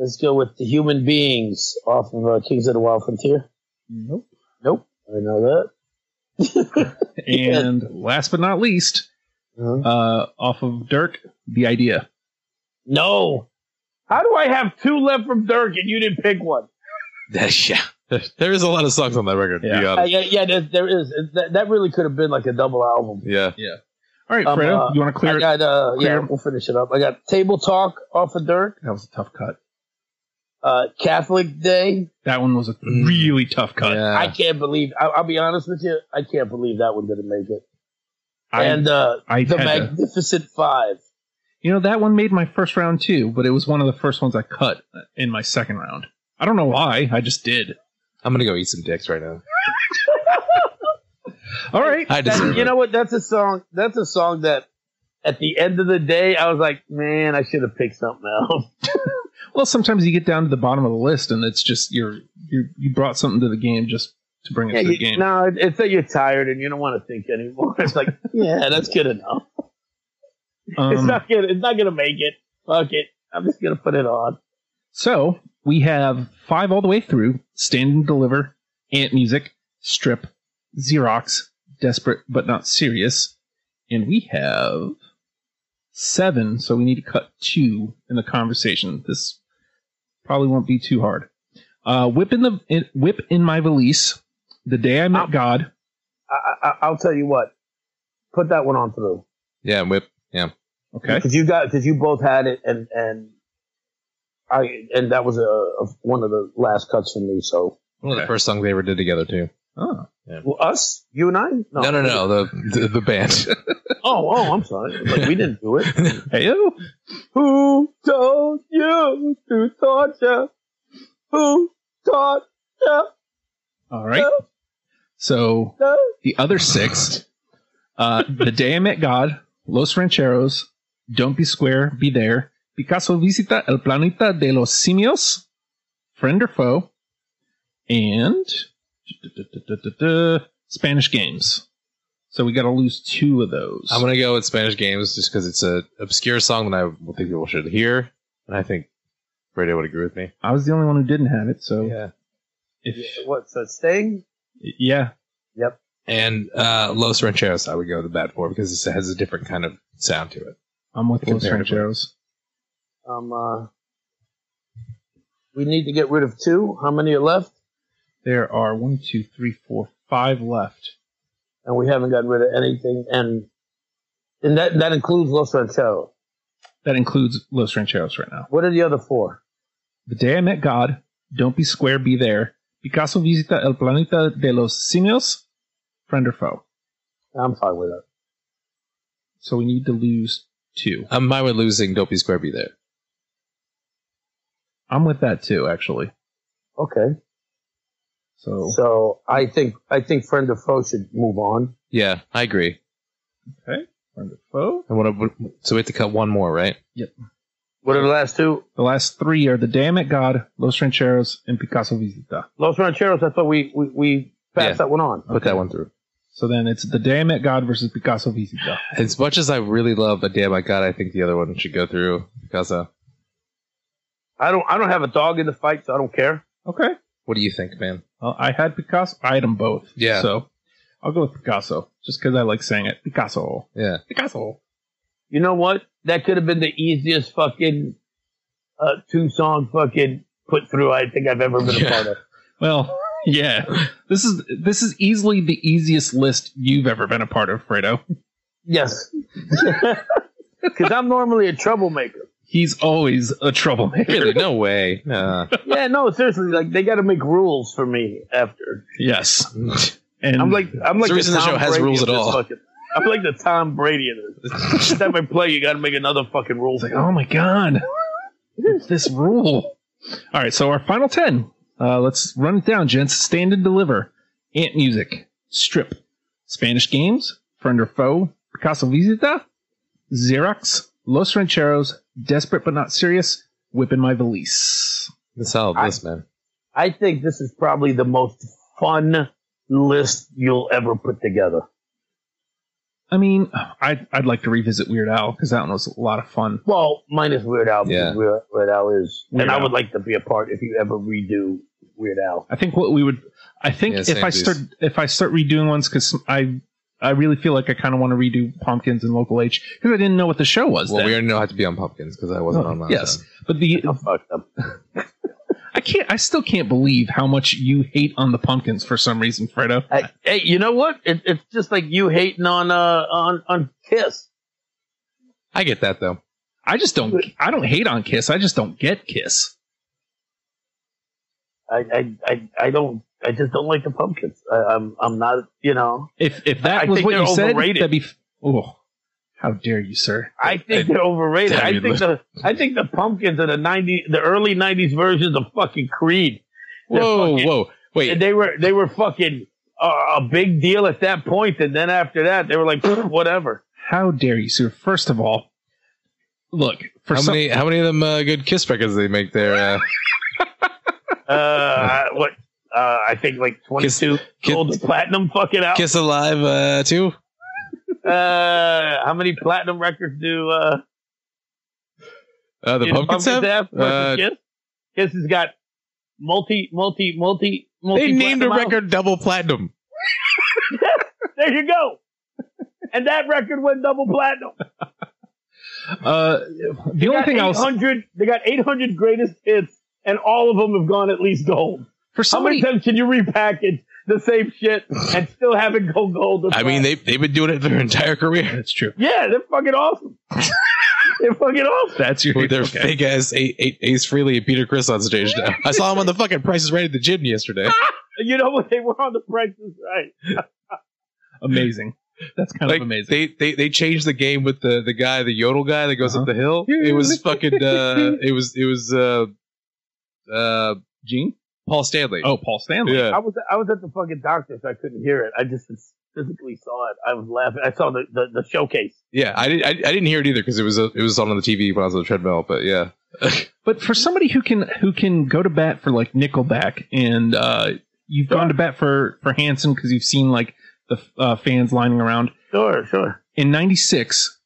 Speaker 2: Let's go with the human beings off of uh, Kings of the Wild Frontier.
Speaker 1: Nope.
Speaker 2: Nope, I know that.
Speaker 1: And last but not least,
Speaker 2: Uh-huh.
Speaker 1: uh, off of Dirk, the idea.
Speaker 2: No. How do I have two left from Dirk and you didn't pick one?
Speaker 3: That, yeah, there, there is a lot of songs on that record. Yeah, to be
Speaker 1: Yeah.
Speaker 2: Uh,
Speaker 3: honest.
Speaker 2: yeah, yeah, there, there is. That, that really could have been like a double album.
Speaker 3: yeah.
Speaker 1: All right,
Speaker 2: Um,
Speaker 1: Fredo,
Speaker 2: uh,
Speaker 1: you want to clear
Speaker 2: I
Speaker 1: it?
Speaker 2: got, uh, yeah,
Speaker 1: clear.
Speaker 2: we'll finish it up. I got Table Talk off of Dirk,
Speaker 1: That was a tough cut.
Speaker 2: uh, Catholic Day.
Speaker 1: That one was a
Speaker 3: Mm.
Speaker 1: really tough cut.
Speaker 3: Yeah.
Speaker 2: I can't believe, I, I'll be honest with you, I can't believe that one didn't make it.
Speaker 1: I,
Speaker 2: and uh,
Speaker 1: I
Speaker 2: The
Speaker 1: had to-
Speaker 2: Magnificent Five.
Speaker 1: you know that one made my first round too, but it was one of the first ones I cut in my second round. I don't know why. I just did.
Speaker 3: I'm gonna go eat some dicks right now.
Speaker 1: All right.
Speaker 3: I
Speaker 2: That-
Speaker 3: deserve
Speaker 2: you
Speaker 3: it.
Speaker 2: know what? That's a song. That's a song that, at the end of the day, I was like, man, I should have picked something else.
Speaker 1: Well, sometimes you get down to the bottom of the list, and it's just you're you you brought something to the game just to bring it
Speaker 2: Yeah,
Speaker 1: to the
Speaker 2: you-
Speaker 1: game.
Speaker 2: no, it- it's that you're tired and you don't want to think anymore. It's like, yeah, that's good enough. it's
Speaker 1: Um,
Speaker 2: not good. It's not gonna make it. Fuck it. I'm just gonna put it on.
Speaker 1: So we have five all the way through: stand and deliver, ant music, strip, Xerox, desperate but not serious, and we have seven. So we need to cut two in the conversation. This probably won't be too hard. Uh, whip in the in, whip in my valise. The day I met
Speaker 2: Ow.
Speaker 1: God.
Speaker 2: I, I, I'll tell you what. Put that one on through
Speaker 3: Yeah, whip.
Speaker 1: Okay.
Speaker 2: because you got because you both had it and and I and that was a, a one of the last cuts for me. So
Speaker 3: One of
Speaker 1: Okay.
Speaker 3: the first songs they ever did together too.
Speaker 1: Oh.
Speaker 2: well, us, you and I.
Speaker 3: No, no, no. The the, the band.
Speaker 2: Oh, oh, I'm sorry. Like, we didn't do it.
Speaker 1: Heyo.
Speaker 2: Who told you to torture? Who taught you?
Speaker 1: All right. So the other six uh, The Day I Met God, Los Rancheros, Don't Be Square, Be There, Picasso Visita el Planeta de los Simios, Friend or Foe, and Spanish Games. So we got to lose two of those.
Speaker 3: I'm gonna go with Spanish Games just because it's a obscure song that I will think people should hear, and I think Fredo would agree with me.
Speaker 1: I was the only one who didn't have it. So
Speaker 3: Yeah.
Speaker 1: if
Speaker 2: What's that thing?
Speaker 1: yeah,
Speaker 3: And uh, Los Rancheros, I would go with that for because it has a different kind of sound to it.
Speaker 1: I'm with Los
Speaker 3: Comparatively.
Speaker 1: Rancheros.
Speaker 2: Um, uh, we need to get rid of two. How many are left?
Speaker 1: There are one, two, three, four, five left.
Speaker 2: And we haven't gotten rid of anything. And and that that includes Los Rancheros.
Speaker 1: That includes Los Rancheros right now.
Speaker 2: What are the other four?
Speaker 1: The Day I Met God, Don't Be Square, Be There, Picasso Visita el Planeta de los Simios, Friend or Foe.
Speaker 2: I'm fine with that.
Speaker 1: So we need to lose two.
Speaker 3: I'm fine with losing Dopey Square Be There.
Speaker 1: I'm with that too, actually.
Speaker 2: Okay.
Speaker 1: So
Speaker 2: So I think I think friend or foe should move on.
Speaker 3: Yeah, I agree.
Speaker 1: Friend or Foe.
Speaker 3: I want to. So we have to cut one more, right?
Speaker 2: What are the last two?
Speaker 1: The last three are The Day I Met God, Los Rancheros, and Picasso Visita.
Speaker 2: Los Rancheros. I thought we we, we passed
Speaker 3: Yeah.
Speaker 2: that one on.
Speaker 3: Put that one through.
Speaker 1: So then it's The Day I Met God versus Picasso Visita.
Speaker 3: As much as I really love a damn I got, I think the other one should go through because. Uh,
Speaker 2: I don't I don't have a dog in the fight, so I don't care.
Speaker 1: Okay.
Speaker 3: what do you think, man?
Speaker 1: Well, I had Picasso. I had them both.
Speaker 3: Yeah.
Speaker 1: So I'll go with Picasso just because I like saying it. Picasso.
Speaker 3: Yeah,
Speaker 1: Picasso.
Speaker 2: You know what? That could have been the easiest fucking uh, two song fucking put through I think I've ever been a
Speaker 3: Yeah.
Speaker 2: part of.
Speaker 1: Well, yeah. This is this is easily the easiest list you've ever been a part of, Fredo.
Speaker 2: Yes. Because I'm normally a troublemaker.
Speaker 1: He's always a troublemaker.
Speaker 3: really? No way. Nah.
Speaker 2: Yeah, no, seriously, like they got to make rules for me after.
Speaker 1: Yes.
Speaker 3: That's
Speaker 1: And
Speaker 2: I'm like, I'm like
Speaker 3: the reason the
Speaker 2: Tom
Speaker 3: show has
Speaker 2: Brady
Speaker 3: rules
Speaker 2: of
Speaker 3: at
Speaker 2: this
Speaker 3: all.
Speaker 2: fucking- I'm like the Tom Brady of this. Every time I play, you got to make another fucking rule.
Speaker 1: it's like, oh my god, What's this rule. All right, so our final ten. Uh, let's run it down, gents. Stand and deliver. Ant music. Strip. Spanish games. Friend or foe. Picasso visita. Xerox. Los Rancheros. Desperate but not serious. Whip in my valise.
Speaker 3: solid list, man.
Speaker 2: I think this is probably the most fun list you'll ever put together.
Speaker 1: I mean, I'd, I'd like to revisit Weird Al because that one was a lot of fun.
Speaker 2: Well, minus Weird Al, because
Speaker 3: Yeah.
Speaker 2: Weird, Weird Al is,
Speaker 1: Weird
Speaker 2: and I
Speaker 1: Al.
Speaker 2: would like to be a part if you ever redo Weird Al.
Speaker 1: I think what we would, I think
Speaker 3: Yeah,
Speaker 1: if
Speaker 3: same
Speaker 1: I
Speaker 3: piece.
Speaker 1: start if I start redoing ones because I I really feel like I kind of want to redo Pumpkins and Local H because I didn't know what the show was.
Speaker 3: Well,
Speaker 1: then.
Speaker 3: we already know how to be on pumpkins because I wasn't
Speaker 1: Oh,
Speaker 3: on that.
Speaker 1: yes.
Speaker 3: then.
Speaker 1: but the
Speaker 2: I'm fucked up.
Speaker 1: I can't I still can't believe how much you hate on the Pumpkins for some reason, Fredo.
Speaker 2: I, hey, you know what? It, it's just like you hating on uh on on Kiss.
Speaker 3: I get that though.
Speaker 1: I just don't I don't hate on Kiss. I just don't get Kiss.
Speaker 2: I I I, I don't. I just don't like the pumpkins. I, I'm I'm not. You know.
Speaker 1: If if that
Speaker 2: I
Speaker 1: was
Speaker 2: think
Speaker 1: what you
Speaker 2: they're
Speaker 1: said,
Speaker 2: overrated.
Speaker 1: that'd be f- oh, how dare you, sir?
Speaker 2: I think they're overrated.
Speaker 3: I
Speaker 2: I
Speaker 3: mean,
Speaker 2: think the I think the pumpkins are the ninety the early nineties versions of fucking Creed. They're
Speaker 3: Whoa,
Speaker 2: fucking-
Speaker 3: whoa,
Speaker 2: And
Speaker 3: wait.
Speaker 2: they were they were fucking uh, a big deal at that point, and then after that, they were like "Pfft, whatever.
Speaker 1: How dare you, sir? First of all, look for
Speaker 3: How
Speaker 1: some-
Speaker 3: many? How many of them uh, good kiss records they make there? Uh,
Speaker 2: Uh, I- what uh, I think like twenty two
Speaker 3: Kiss-
Speaker 2: gold and platinum fucking out.
Speaker 3: kiss alive uh, too.
Speaker 2: Uh, how many platinum records do uh,
Speaker 3: Uh, the
Speaker 2: do the
Speaker 3: pumpkins have.
Speaker 2: versus
Speaker 3: Uh,
Speaker 2: Kiss? Kiss has got multi multi multi multi.
Speaker 3: They named a
Speaker 2: platinum albums.
Speaker 3: record double platinum.
Speaker 2: There you go. and that record went double platinum.
Speaker 1: Uh, the only
Speaker 2: got
Speaker 1: thing I was
Speaker 2: 800 they got 800 greatest hits, and all of them have gone at least gold.
Speaker 1: for
Speaker 2: How many
Speaker 1: somebody
Speaker 2: times can you repackage the same shit and still have it go gold? or
Speaker 3: I
Speaker 2: platinum?
Speaker 3: mean, they they've been doing it their entire career
Speaker 1: that's true.
Speaker 2: yeah, they're fucking awesome. they're fucking awesome.
Speaker 1: That's your
Speaker 3: with their
Speaker 1: okay.
Speaker 3: fake ass A- A- Ace Freely and Peter Chris on stage. Now I saw him on the fucking Price is Right at the gym yesterday.
Speaker 2: You know what? They were on the prices, right?
Speaker 1: amazing. That's kind
Speaker 3: Like
Speaker 1: of amazing.
Speaker 3: they, they they changed the game with the the guy, the yodel guy that goes up
Speaker 1: Uh-huh.
Speaker 3: the hill. It was fucking. Uh, it was it was uh, uh,
Speaker 1: Gene?
Speaker 3: Paul Stanley.
Speaker 1: Oh, Paul Stanley.
Speaker 3: yeah.
Speaker 2: I was I was at the fucking doctor, so I couldn't hear it. I just physically saw it. I was laughing. I saw the, the, the showcase.
Speaker 3: Yeah, I, did, I, I didn't hear it either because it was uh, it was on the TV when I was on the treadmill. But yeah,
Speaker 1: But for somebody who can who can go to bat for like Nickelback, and uh, you've gone to bat for for Hanson because you've seen like the uh, fans lining around
Speaker 2: Sure, sure.
Speaker 1: in '96,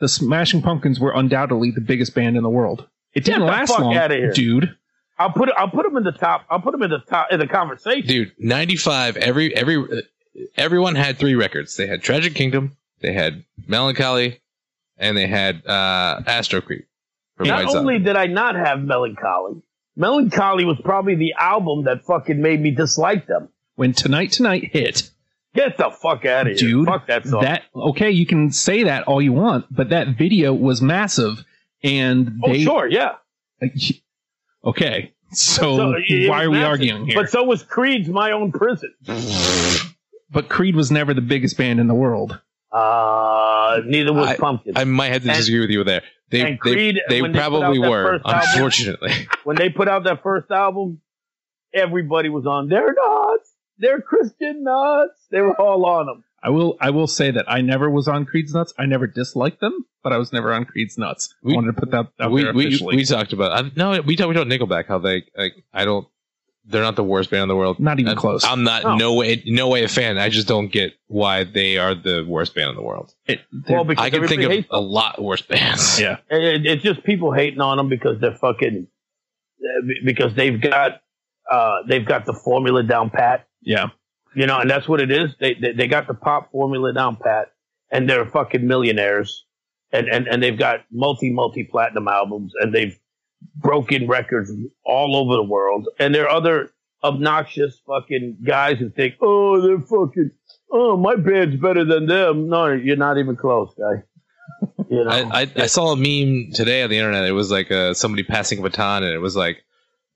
Speaker 1: the Smashing Pumpkins were undoubtedly the biggest band in the world. It didn't
Speaker 2: Get the
Speaker 1: last
Speaker 2: fuck
Speaker 1: long,
Speaker 2: outta here.
Speaker 1: dude.
Speaker 2: I'll put I'll put them in the top. I'll put them in the top in the conversation.
Speaker 3: dude, ninety five. Every every uh, everyone had three records. They had Tragic Kingdom, they had Melancholy, and they had uh, Astro Creep. from White
Speaker 2: Not
Speaker 3: Zombie.
Speaker 2: only did I not have melancholy, melancholy was probably the album that fucking made me dislike them.
Speaker 1: When Tonight Tonight hit,
Speaker 2: Get the fuck out of here,
Speaker 1: Dude,
Speaker 2: Fuck that song.
Speaker 1: that okay, you can say that all you want, but that video was massive, and
Speaker 2: oh
Speaker 1: they
Speaker 2: sure, yeah.
Speaker 1: okay. So,
Speaker 2: So, it- it
Speaker 1: why
Speaker 2: was
Speaker 1: are we
Speaker 2: massive.
Speaker 1: arguing here?
Speaker 2: But so was Creed's "My Own Prison."
Speaker 1: but Creed was never the biggest band in the world.
Speaker 2: Uh, neither was
Speaker 3: I-
Speaker 2: Pumpkins.
Speaker 3: I might have to
Speaker 2: And-
Speaker 3: disagree with you there. They
Speaker 2: and
Speaker 3: they,
Speaker 2: Creed,
Speaker 3: they
Speaker 2: when they put
Speaker 3: probably
Speaker 2: out that
Speaker 3: were,
Speaker 2: first album-
Speaker 3: unfortunately.
Speaker 2: when they put out that first album, everybody was on. They're nuts. They're Christian nuts. They were all on them.
Speaker 1: I will I will say that I never was on Creed's nuts. I never disliked them, but I was never on Creed's nuts.
Speaker 3: We-
Speaker 1: I wanted to put that out
Speaker 3: we,
Speaker 1: there
Speaker 3: we
Speaker 1: officially.
Speaker 3: we talked about I, no, we talked about Nickelback. How they like I don't. They're not the worst band in the world.
Speaker 1: Not even
Speaker 3: I'm-
Speaker 1: close.
Speaker 3: I'm not
Speaker 2: No.
Speaker 3: no. way no way a fan. I just don't get why they are the worst band in the world.
Speaker 1: It- they're-
Speaker 2: Well, because
Speaker 3: I can think
Speaker 2: everybody
Speaker 3: of
Speaker 2: hates
Speaker 3: a lot worse bands.
Speaker 1: Yeah.
Speaker 2: It- it- it's just people hating on them because they're fucking uh, be- because they've got uh, they've got the formula down pat,
Speaker 1: yeah.
Speaker 2: you know, and that's what it is. They they, they got the pop formula down pat, and they're fucking millionaires, and and and they've got multi multi platinum albums, and they've broken records all over the world, and there are other obnoxious fucking guys who think, oh, they're fucking. Oh, my band's better than them. No, you're not even close, guy. You know,
Speaker 3: I, I, I saw a meme today on the internet. It was like uh, somebody passing a baton, and it was like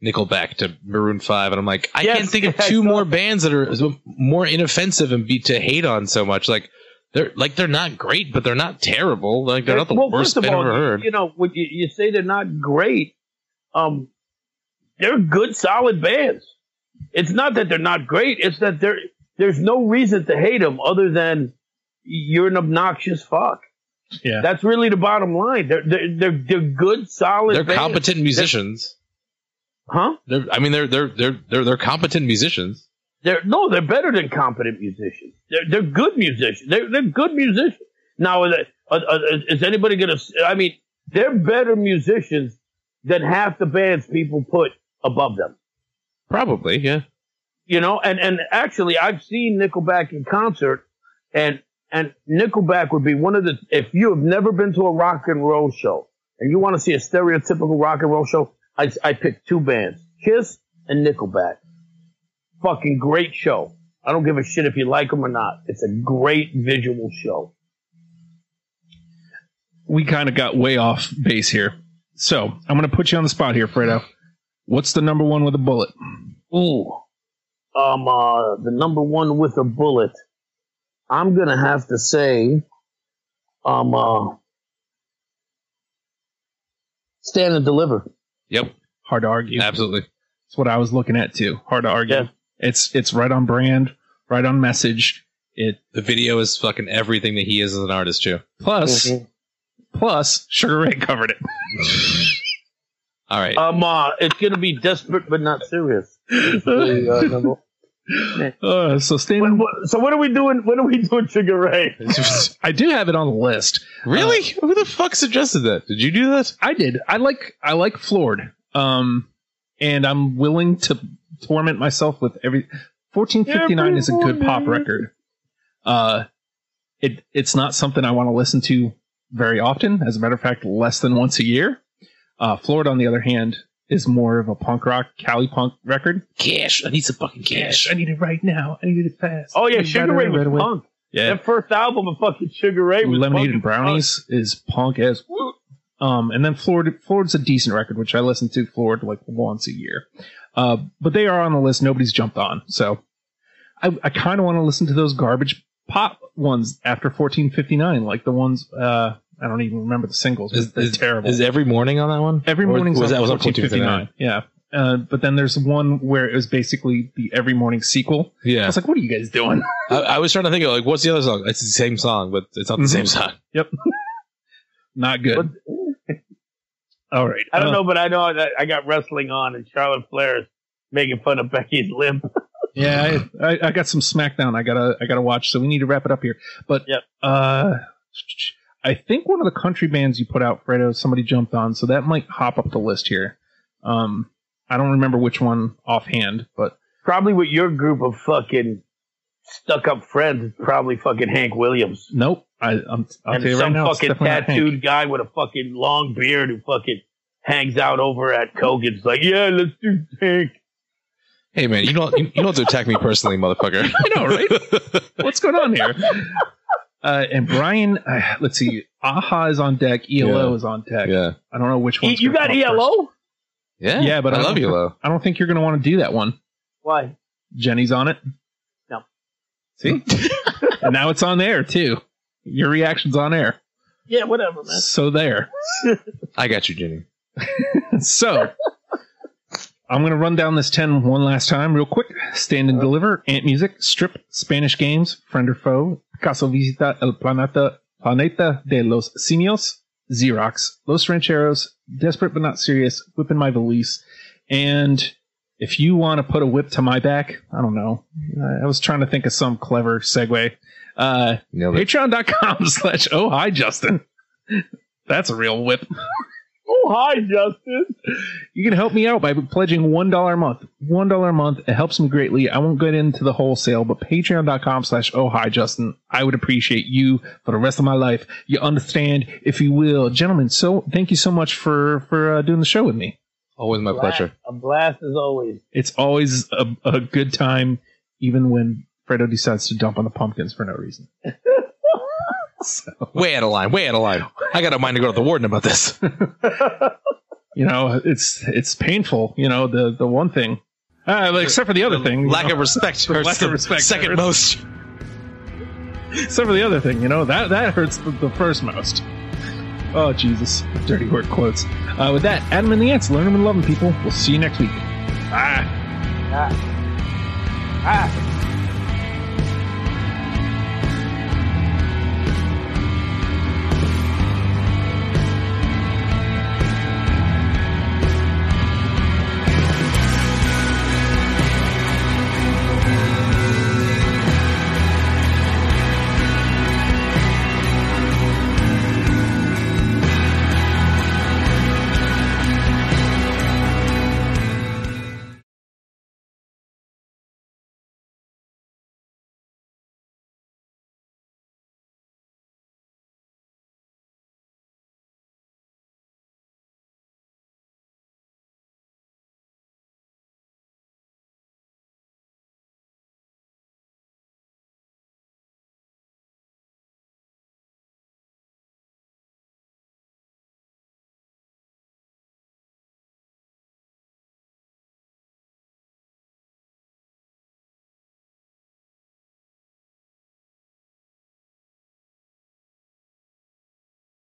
Speaker 3: Nickelback to Maroon Five, and I'm like, I
Speaker 2: Yes,
Speaker 3: can't think of
Speaker 2: yes, I
Speaker 3: two
Speaker 2: saw
Speaker 3: more bands that are more inoffensive and be to hate on so much. Like they're like they're not great, but they're not terrible. Like they're not the
Speaker 2: Eh, Well,
Speaker 3: worst
Speaker 2: first of
Speaker 3: band
Speaker 2: all,
Speaker 3: I've ever heard.
Speaker 2: You know, when you, you say they're not great, um, they're good, solid bands. It's not that they're not great; it's that there there's no reason to hate them other than you're an obnoxious fuck.
Speaker 1: Yeah.
Speaker 2: that's really the bottom line. They're they're they're, they're good, solid.
Speaker 3: They're
Speaker 2: bands.
Speaker 3: competent musicians.
Speaker 2: huh?
Speaker 3: They're, I mean, they're they're they're they're they're competent musicians.
Speaker 2: They're no, they're better than competent musicians. They're they're good musicians. They're they're good musicians. Now, is, it- uh, uh, is anybody gonna? s- I mean, they're better musicians than half the bands people put above them.
Speaker 3: Probably, yeah.
Speaker 2: You know, and and actually, I've seen Nickelback in concert, and and Nickelback would be one of the. If you have never been to a rock and roll show and you want to see a stereotypical rock and roll show, I I picked two bands: Kiss and Nickelback. Fucking great show. I don't give a shit if you like them or not. It's a great visual show.
Speaker 1: we kind of got way off base here. So I'm going to put you on the spot here, Fredo. What's the number one with a bullet?
Speaker 2: Ooh. Um, uh, the number one with a bullet. I'm gonna have to say, um, uh, stand and deliver.
Speaker 3: Yep.
Speaker 1: Hard to argue.
Speaker 3: Absolutely.
Speaker 1: That's what I was looking at too. Hard to argue.
Speaker 2: Yeah.
Speaker 1: It's it's right on brand, right on message. It
Speaker 3: The video is fucking everything that he is as an artist too.
Speaker 1: plus
Speaker 2: Mm-hmm.
Speaker 1: plus Sugar Ray covered it.
Speaker 3: All right.
Speaker 2: Um, uh, it's gonna be desperate but not serious. The, uh, number-
Speaker 1: Uh, so
Speaker 2: What-
Speaker 1: Stan,
Speaker 2: what- so what are we doing? What are we doing, Sugar Ray?
Speaker 1: I do have it on the list.
Speaker 3: really?
Speaker 2: uh,
Speaker 3: Who the fuck suggested that? Did you do that?
Speaker 1: I did. I like I like floored. Um, and I'm willing to torment myself with every. 1459 is a good pop record. Uh, it it's not something I want to listen to very often. As a matter of fact, less than once a year. Uh, floored, on the other hand, is more of a punk rock, Cali punk record.
Speaker 3: Cash. I need some fucking
Speaker 1: I need it right now. I need it fast.
Speaker 2: Oh yeah,
Speaker 1: Right
Speaker 2: Sugar
Speaker 1: away,
Speaker 2: Ray was
Speaker 1: right away.
Speaker 2: punk.
Speaker 1: Yeah,
Speaker 2: That first album of fucking Sugar Ray was
Speaker 1: Lemonade and
Speaker 2: fucking punk.
Speaker 1: Brownies is punk as Um, and then Floored, Floored's a decent record, which I listen to Floored like once a year. Uh, but they are on the list. Nobody's jumped on. So I, I kind of want to listen to those garbage pop ones after 1459, like the ones, uh, I don't even remember the singles. but
Speaker 3: Is,
Speaker 1: they're
Speaker 3: is-
Speaker 1: terrible.
Speaker 3: Is every morning on that one?
Speaker 1: Every
Speaker 3: Or
Speaker 1: morning
Speaker 3: was that was on
Speaker 1: 1459.
Speaker 3: 1459?
Speaker 1: Yeah. Uh, but then there's one where it was basically the Every Morning sequel. I
Speaker 3: Yeah.
Speaker 1: was like, what are you guys doing?
Speaker 3: I, I was trying to think of like what's the other song? It's the same song, but it's not the
Speaker 1: Mhm.
Speaker 3: same song.
Speaker 1: Not good. All right.
Speaker 2: I don't
Speaker 1: Uh,
Speaker 2: know, but I know that I got wrestling on, and Charlotte Flair is making fun of Becky's limp.
Speaker 1: Yeah, I, I, I got some SmackDown. I gotta I gotta watch. So we need to wrap it up here. But
Speaker 2: Yep.
Speaker 1: uh, I think one of the country bands you put out, Fredo, somebody jumped on, so that might hop up the list here. Um, I don't remember which one offhand, but
Speaker 2: probably with your group of fucking stuck up friends, it's probably fucking Hank Williams.
Speaker 1: nope. I, I'm, I'll tell
Speaker 2: and
Speaker 1: you right
Speaker 2: some
Speaker 1: now, it's
Speaker 2: fucking
Speaker 1: definitely not Hank.
Speaker 2: tattooed guy with a fucking long beard who fucking hangs out over at Kogan's like, yeah, let's do Hank.
Speaker 3: Hey man, you don't you, you don't have to attack me personally, motherfucker.
Speaker 1: I know, right? What's going on here? Uh, and Brian, uh, let's see. Aha is on deck. ELO
Speaker 3: Yeah.
Speaker 1: is on deck.
Speaker 3: yeah.
Speaker 1: I don't know which one.
Speaker 2: E- you got ELO?
Speaker 3: Yeah.
Speaker 1: Yeah, but I
Speaker 3: I love
Speaker 1: don't-
Speaker 3: you, though.
Speaker 1: I don't think you're going to want to do that one.
Speaker 2: Why?
Speaker 1: Jenny's on it.
Speaker 2: No.
Speaker 1: See? and now it's on air too. Your reaction's on air.
Speaker 2: Yeah, whatever, man.
Speaker 1: So there.
Speaker 3: I got you, Jenny.
Speaker 1: So I'm going to run down this 10 one last time real quick. Stand and deliver, ant music, strip, Spanish games, friend or foe, Picasso visita el planeta, planeta de los simios, Xerox, Los Rancheros, desperate but not serious, whip in my valise. And if you want to put a whip to my back, I don't know. I- I was trying to think of some clever segue. Uh,
Speaker 3: Nailed it.
Speaker 1: patreon.com slash oh hi justin that's a real whip
Speaker 2: Oh, hi, Justin.
Speaker 1: you can help me out by pledging one dollar a month one dollar a month it helps me greatly i won't get into the wholesale but patreon.com slash oh hi justin i would appreciate you for the rest of my life you understand if you will gentlemen so thank you so much for for uh, doing the show with me
Speaker 3: Always my pleasure.
Speaker 2: A blast as always.
Speaker 1: it's always a, a good time even when fredo decides to dump on the pumpkins for no reason so
Speaker 3: Way out of line. Way out of line. I got a mind to go to the warden about this.
Speaker 1: you know it's it's painful you know the the one thing uh, but except for the other thing you
Speaker 3: Lack
Speaker 1: know,
Speaker 3: of respect hurts
Speaker 1: lack of
Speaker 3: the
Speaker 1: respect
Speaker 3: second
Speaker 1: hurts.
Speaker 3: most.
Speaker 1: except for the other thing you know that that hurts the, the first most oh jesus dirty word quotes uh, with that adam and the ants learn 'em and love 'em, people we'll see you next week bye
Speaker 2: Ah.